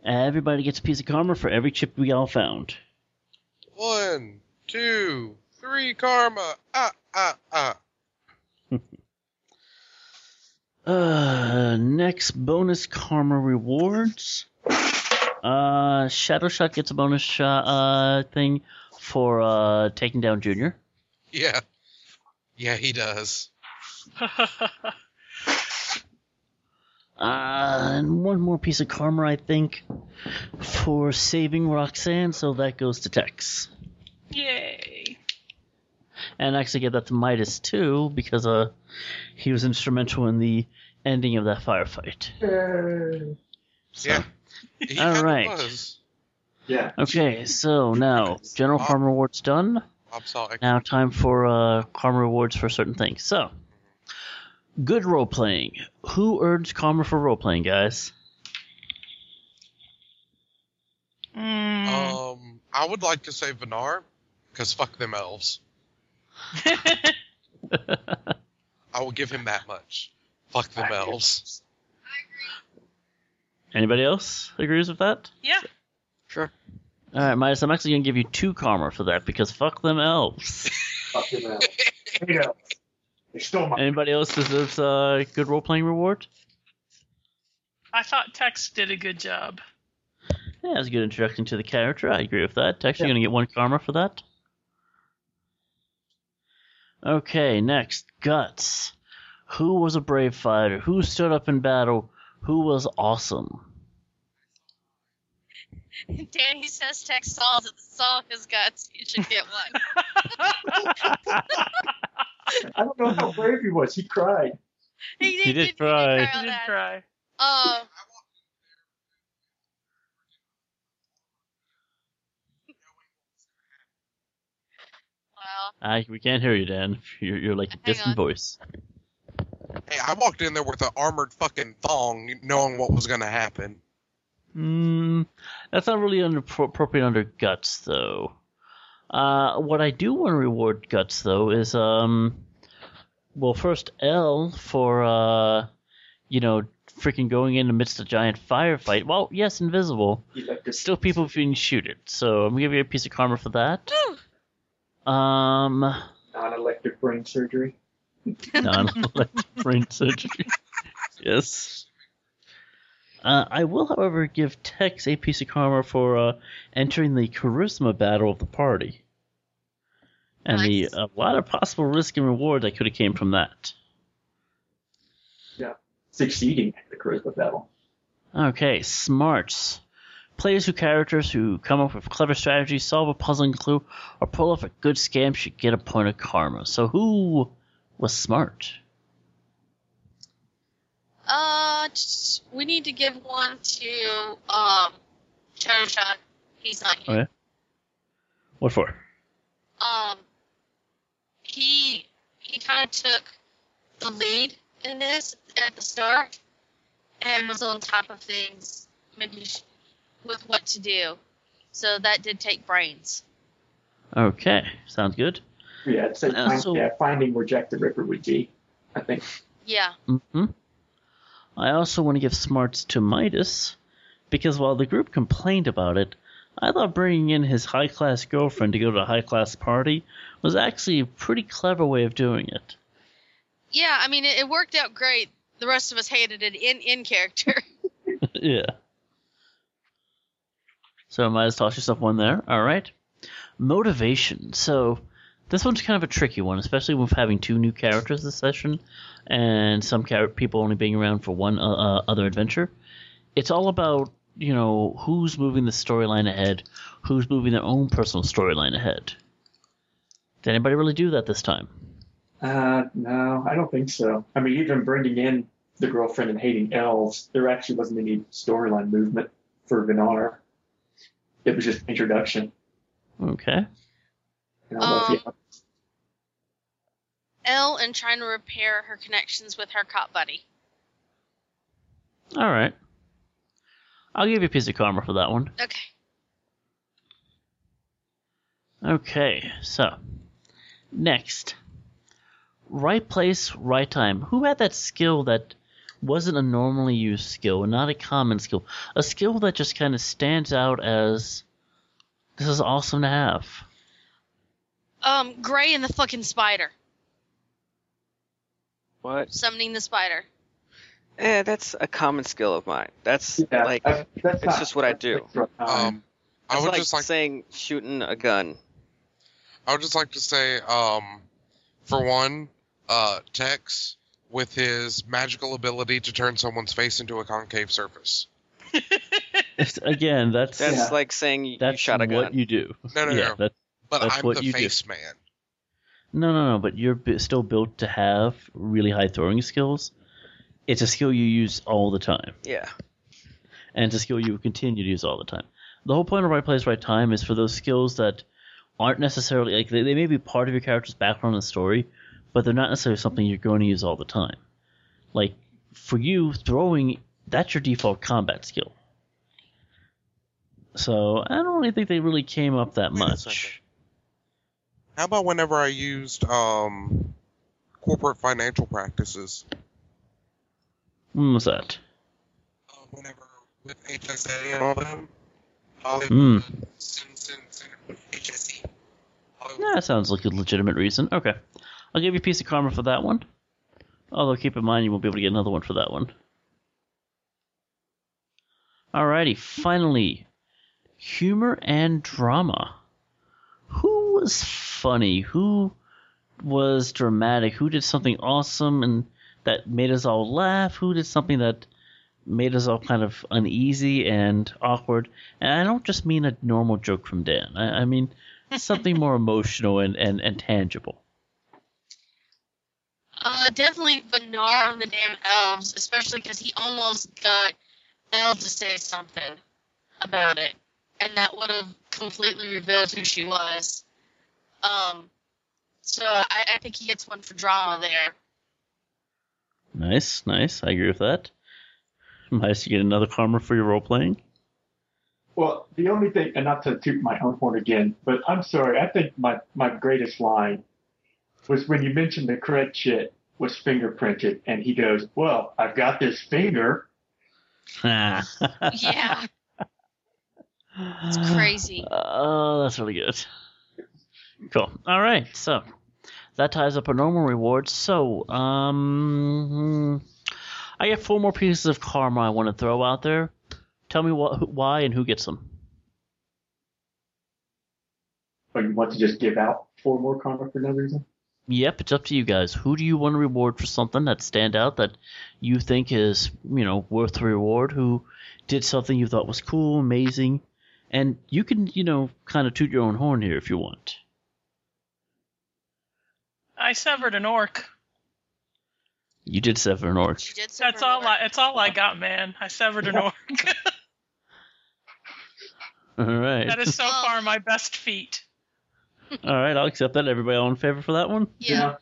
everybody gets a piece of karma for every chip we all found.
One, two, three, karma. Ah uh, uh.
Uh, next bonus karma rewards. Uh, Shadow Shot gets a bonus shot uh thing for uh taking down Junior.
Yeah. Yeah, he does.
Uh, and one more piece of karma, I think, for saving Roxanne. So that goes to Tex,
Yay.
and I actually give that to Midas too because uh he was instrumental in the ending of that firefight. So,
Yeah. He
All
kinda
right.
was.
Yeah.
Okay, so now general karma rewards done.
Bob saw it.
Now, time for uh, karma rewards for certain things. So, good role playing. Who earns karma for role playing, guys? (laughs)
Mm.
Um, I would like to say Vinar, because fuck them elves. I will give him that much. Fuck them elves.
Anybody else agrees with that?
(laughs) yeah.
Sure.
All right, Midas, I'm actually gonna give you two karma for that because fuck them elves.
Fucking
(laughs)
hell. Hey, uh, They stole my.
Anybody else deserves a uh, good role playing reward?
I thought Tex did a good job.
Yeah, that's a good introduction to the character. I agree with that. Tex, you're gonna get one karma for that. Okay, next guts. Who was a brave fighter? Who stood up in battle? Who was awesome?
Danny says Tex saw that the saw has guts. You should get one.
I don't know how brave he was. He cried.
he did,
did
he did
try.
cry
He
He
on
did
that.
try.
Uh, well,
I, we can't hear you, Dan. You're, you're like a distant
on.
voice.
Hey, I walked in there with an armored fucking thong, knowing what was gonna happen.
Mm, that's not really under, appropriate under guts, though. Uh, what I do want to reward guts, though, is um, well, first L for uh, you know, freaking going in amidst a giant firefight. Well, yes, invisible.
He like this.
Still, people can shoot it. So I'm gonna give you a piece of karma for that. Um,
non-elective brain surgery.
non-elective brain surgery. Yes. Uh, I will, however, give Tex a piece of karma for uh, entering the charisma battle of the party, and
Nice.
the a lot of possible risk and reward that could have came from that.
Succeeding at the charisma battle.
Okay, smarts. Players who characters who come up with clever strategies, solve a puzzling clue, or pull off a good scam should get a point of karma. So who was smart?
uh, t- we need to give one to um, Shadow Shot. He's not here.
Okay. What for?
Um, he he kind of took the lead in this at the start and was on top of things, maybe sh- with what to do. So that did take brains.
Okay, sounds good.
Yeah, it's like
Uh,
find-
so-
yeah, finding where Jack the Ripper would be. I think.
Yeah.
hmm I also want to give smarts to Midas, because while the group complained about it, I thought bringing in his high class girlfriend to go to a high class party was actually a pretty clever way of doing it.
Yeah, I mean, it, it worked out great. The rest of us hated it in in character. (laughs)
yeah. So might as well toss yourself one there. All right. Motivation. So this one's kind of a tricky one, especially with having two new characters this session, and some char- people only being around for one uh, uh, other adventure. It's all about you know who's moving the storyline ahead, who's moving their own personal storyline ahead. Did anybody really do that this time?
Uh, no, I don't think so. I mean, even bringing in the girlfriend and hating elves, there actually wasn't any storyline movement for Vinar. It was just introduction.
Okay.
And I love
Um,
the-
Elle and trying to repair her connections with her cop buddy.
All right. I'll give you a piece of karma for that one.
Okay.
Okay, so next, right place, right time. Who had that skill that wasn't a normally used skill, not a common skill, a skill that just kind of stands out as this is awesome to have.
Um, Gray and the fucking spider.
What?
Summoning the spider.
Eh, that's a common skill of mine. That's
Yeah,
like
I- that's
it's just what I do.
Um, I
that's
would
like
just like
saying shooting a gun.
I would just like to say, um, for one, uh, Tex with his magical ability to turn someone's face into a concave surface.
It's- Again, that's
That's
that's,
Yeah.
like saying you shot a
what
gun.
you do.
No, no,
yeah,
no.
That's,
But
That's
I'm
what
the
you do.
face man.
no, no, no. But you're bu- still built to have really high throwing skills. It's a skill you use all the time,
yeah.
and it's a skill you continue to use all the time. The whole point of right place, right time is for those skills that aren't necessarily like they, they may be part of your character's background and story, but they're not necessarily something you're going to use all the time. Like for you, throwing that's your default combat skill. So I don't really think they really came up that
Wait a
much.
second. How about whenever I used um, corporate financial practices?
When was that?
Uh, whenever with HSA and all them. Hollywood,
Hmm.
Sin- Sin- Sin- HSE. Hollywood.
Yeah, that sounds like a legitimate reason. Okay. I'll give you a piece of karma for that one. Although keep in mind you won't be able to get another one for that one. Alrighty, finally. Humor and drama. Who was funny? Who was dramatic? Who did something awesome and that made us all laugh? Who did something that made us all kind of uneasy and awkward? And I don't just mean a normal joke from Dan. I, I mean something more emotional and, and, and tangible.
Uh, definitely Benar of the damn elves, especially because he almost got Elle to say something about it, and that would have completely revealed who she was. Um, so I, I think he gets one for drama there.
Nice, nice. I agree with that. Nice to get another karma for your role playing.
Well, the only thing, and not to toot my own horn again, but I'm sorry. I think my, my greatest line was when you mentioned the correct shit was fingerprinted, and he goes, "Well, I've got this finger."
(laughs) Yeah,
it's
crazy.
(laughs) Oh, that's really good. Cool. All right, so that ties up our normal rewards. So, um, I got four more pieces of karma I want to throw out there. Tell me wh- who- why and who gets them.
Or you want to just give out four more karma for no reason?
Yep, it's up to you guys. Who do you want to reward for something that stand out that you think is, you know, worth the reward? Who did something you thought was cool, amazing, and you can, you know, kind of toot your own horn here if you want.
I severed an orc.
You did sever an orc. (laughs)
She did say
That's
her
all.
word.
I, it's all I got, man. I severed an orc. (laughs)
All right,
that is so far my best feat.
all right. I'll accept that. Everybody all in favor for that one?
You
(laughs)
Yeah,
know,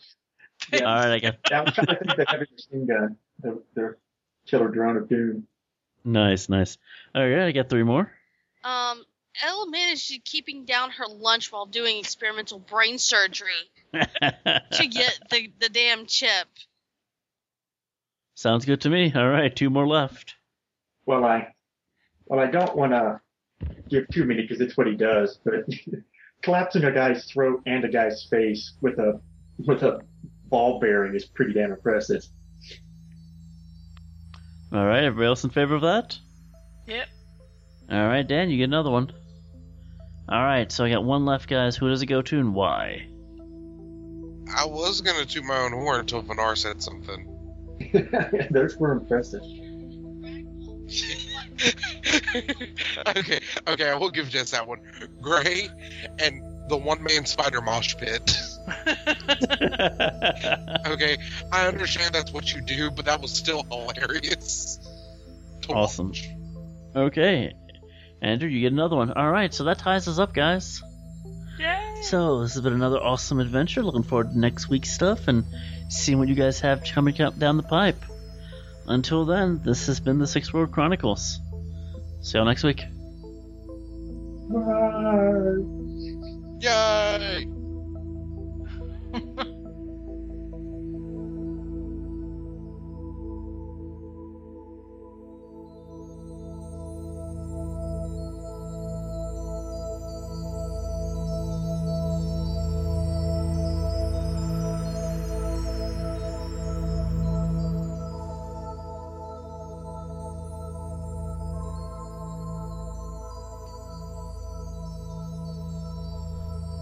Yeah.
All right, I got
that was kind of thing that having machine gun, their, their killer drone of doom.
nice, nice. All right, I got three more.
Um, Elle managed to keeping down her lunch while doing experimental brain surgery
(laughs)
to get the the damn chip.
Sounds good to me. All right, two more left.
Well, I, well, I don't want to give too many because it's what he does, but (laughs) collapsing a guy's throat and a guy's face with a with a ball bearing is pretty damn impressive. (laughs)
All right, everybody else in favor of that?
Yep.
All right, Dan, you get another one. All right, so I got one left, guys. Who does it go to and why?
I was gonna toot my own horn until Vinar said something.
Those were impressive.
(laughs) okay, okay, I will give Jess that one. Gray and the one man spider mosh pit. okay, I understand that's what you do, but that was still hilarious. to
Awesome.
watch.
okay, Andrew, you get another one. All right, so that ties us up, guys.
Yay.
So this has been another awesome adventure. Looking forward to next week's stuff and seeing what you guys have coming up down the pipe. Until then, this has been the Six World Chronicles. See y'all next week.
Yay!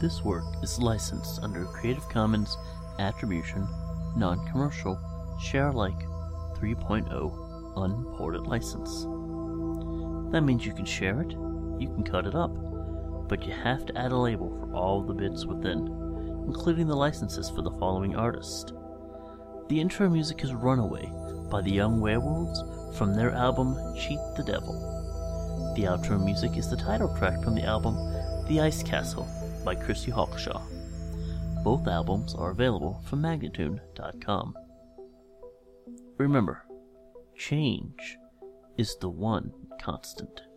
This work is licensed under Creative Commons Attribution, Non Commercial, Share Alike 3.0 Unported License. That means you can share it, you can cut it up, but you have to add a label for all the bits within, including the licenses for the following artists. The intro music is Runaway by the Young Werewolves from their album Cheat the Devil. The outro music is the title track from the album The Ice Castle by Chrissy Hawkshaw. Both albums are available from magnitude.com. Remember, change is the one constant.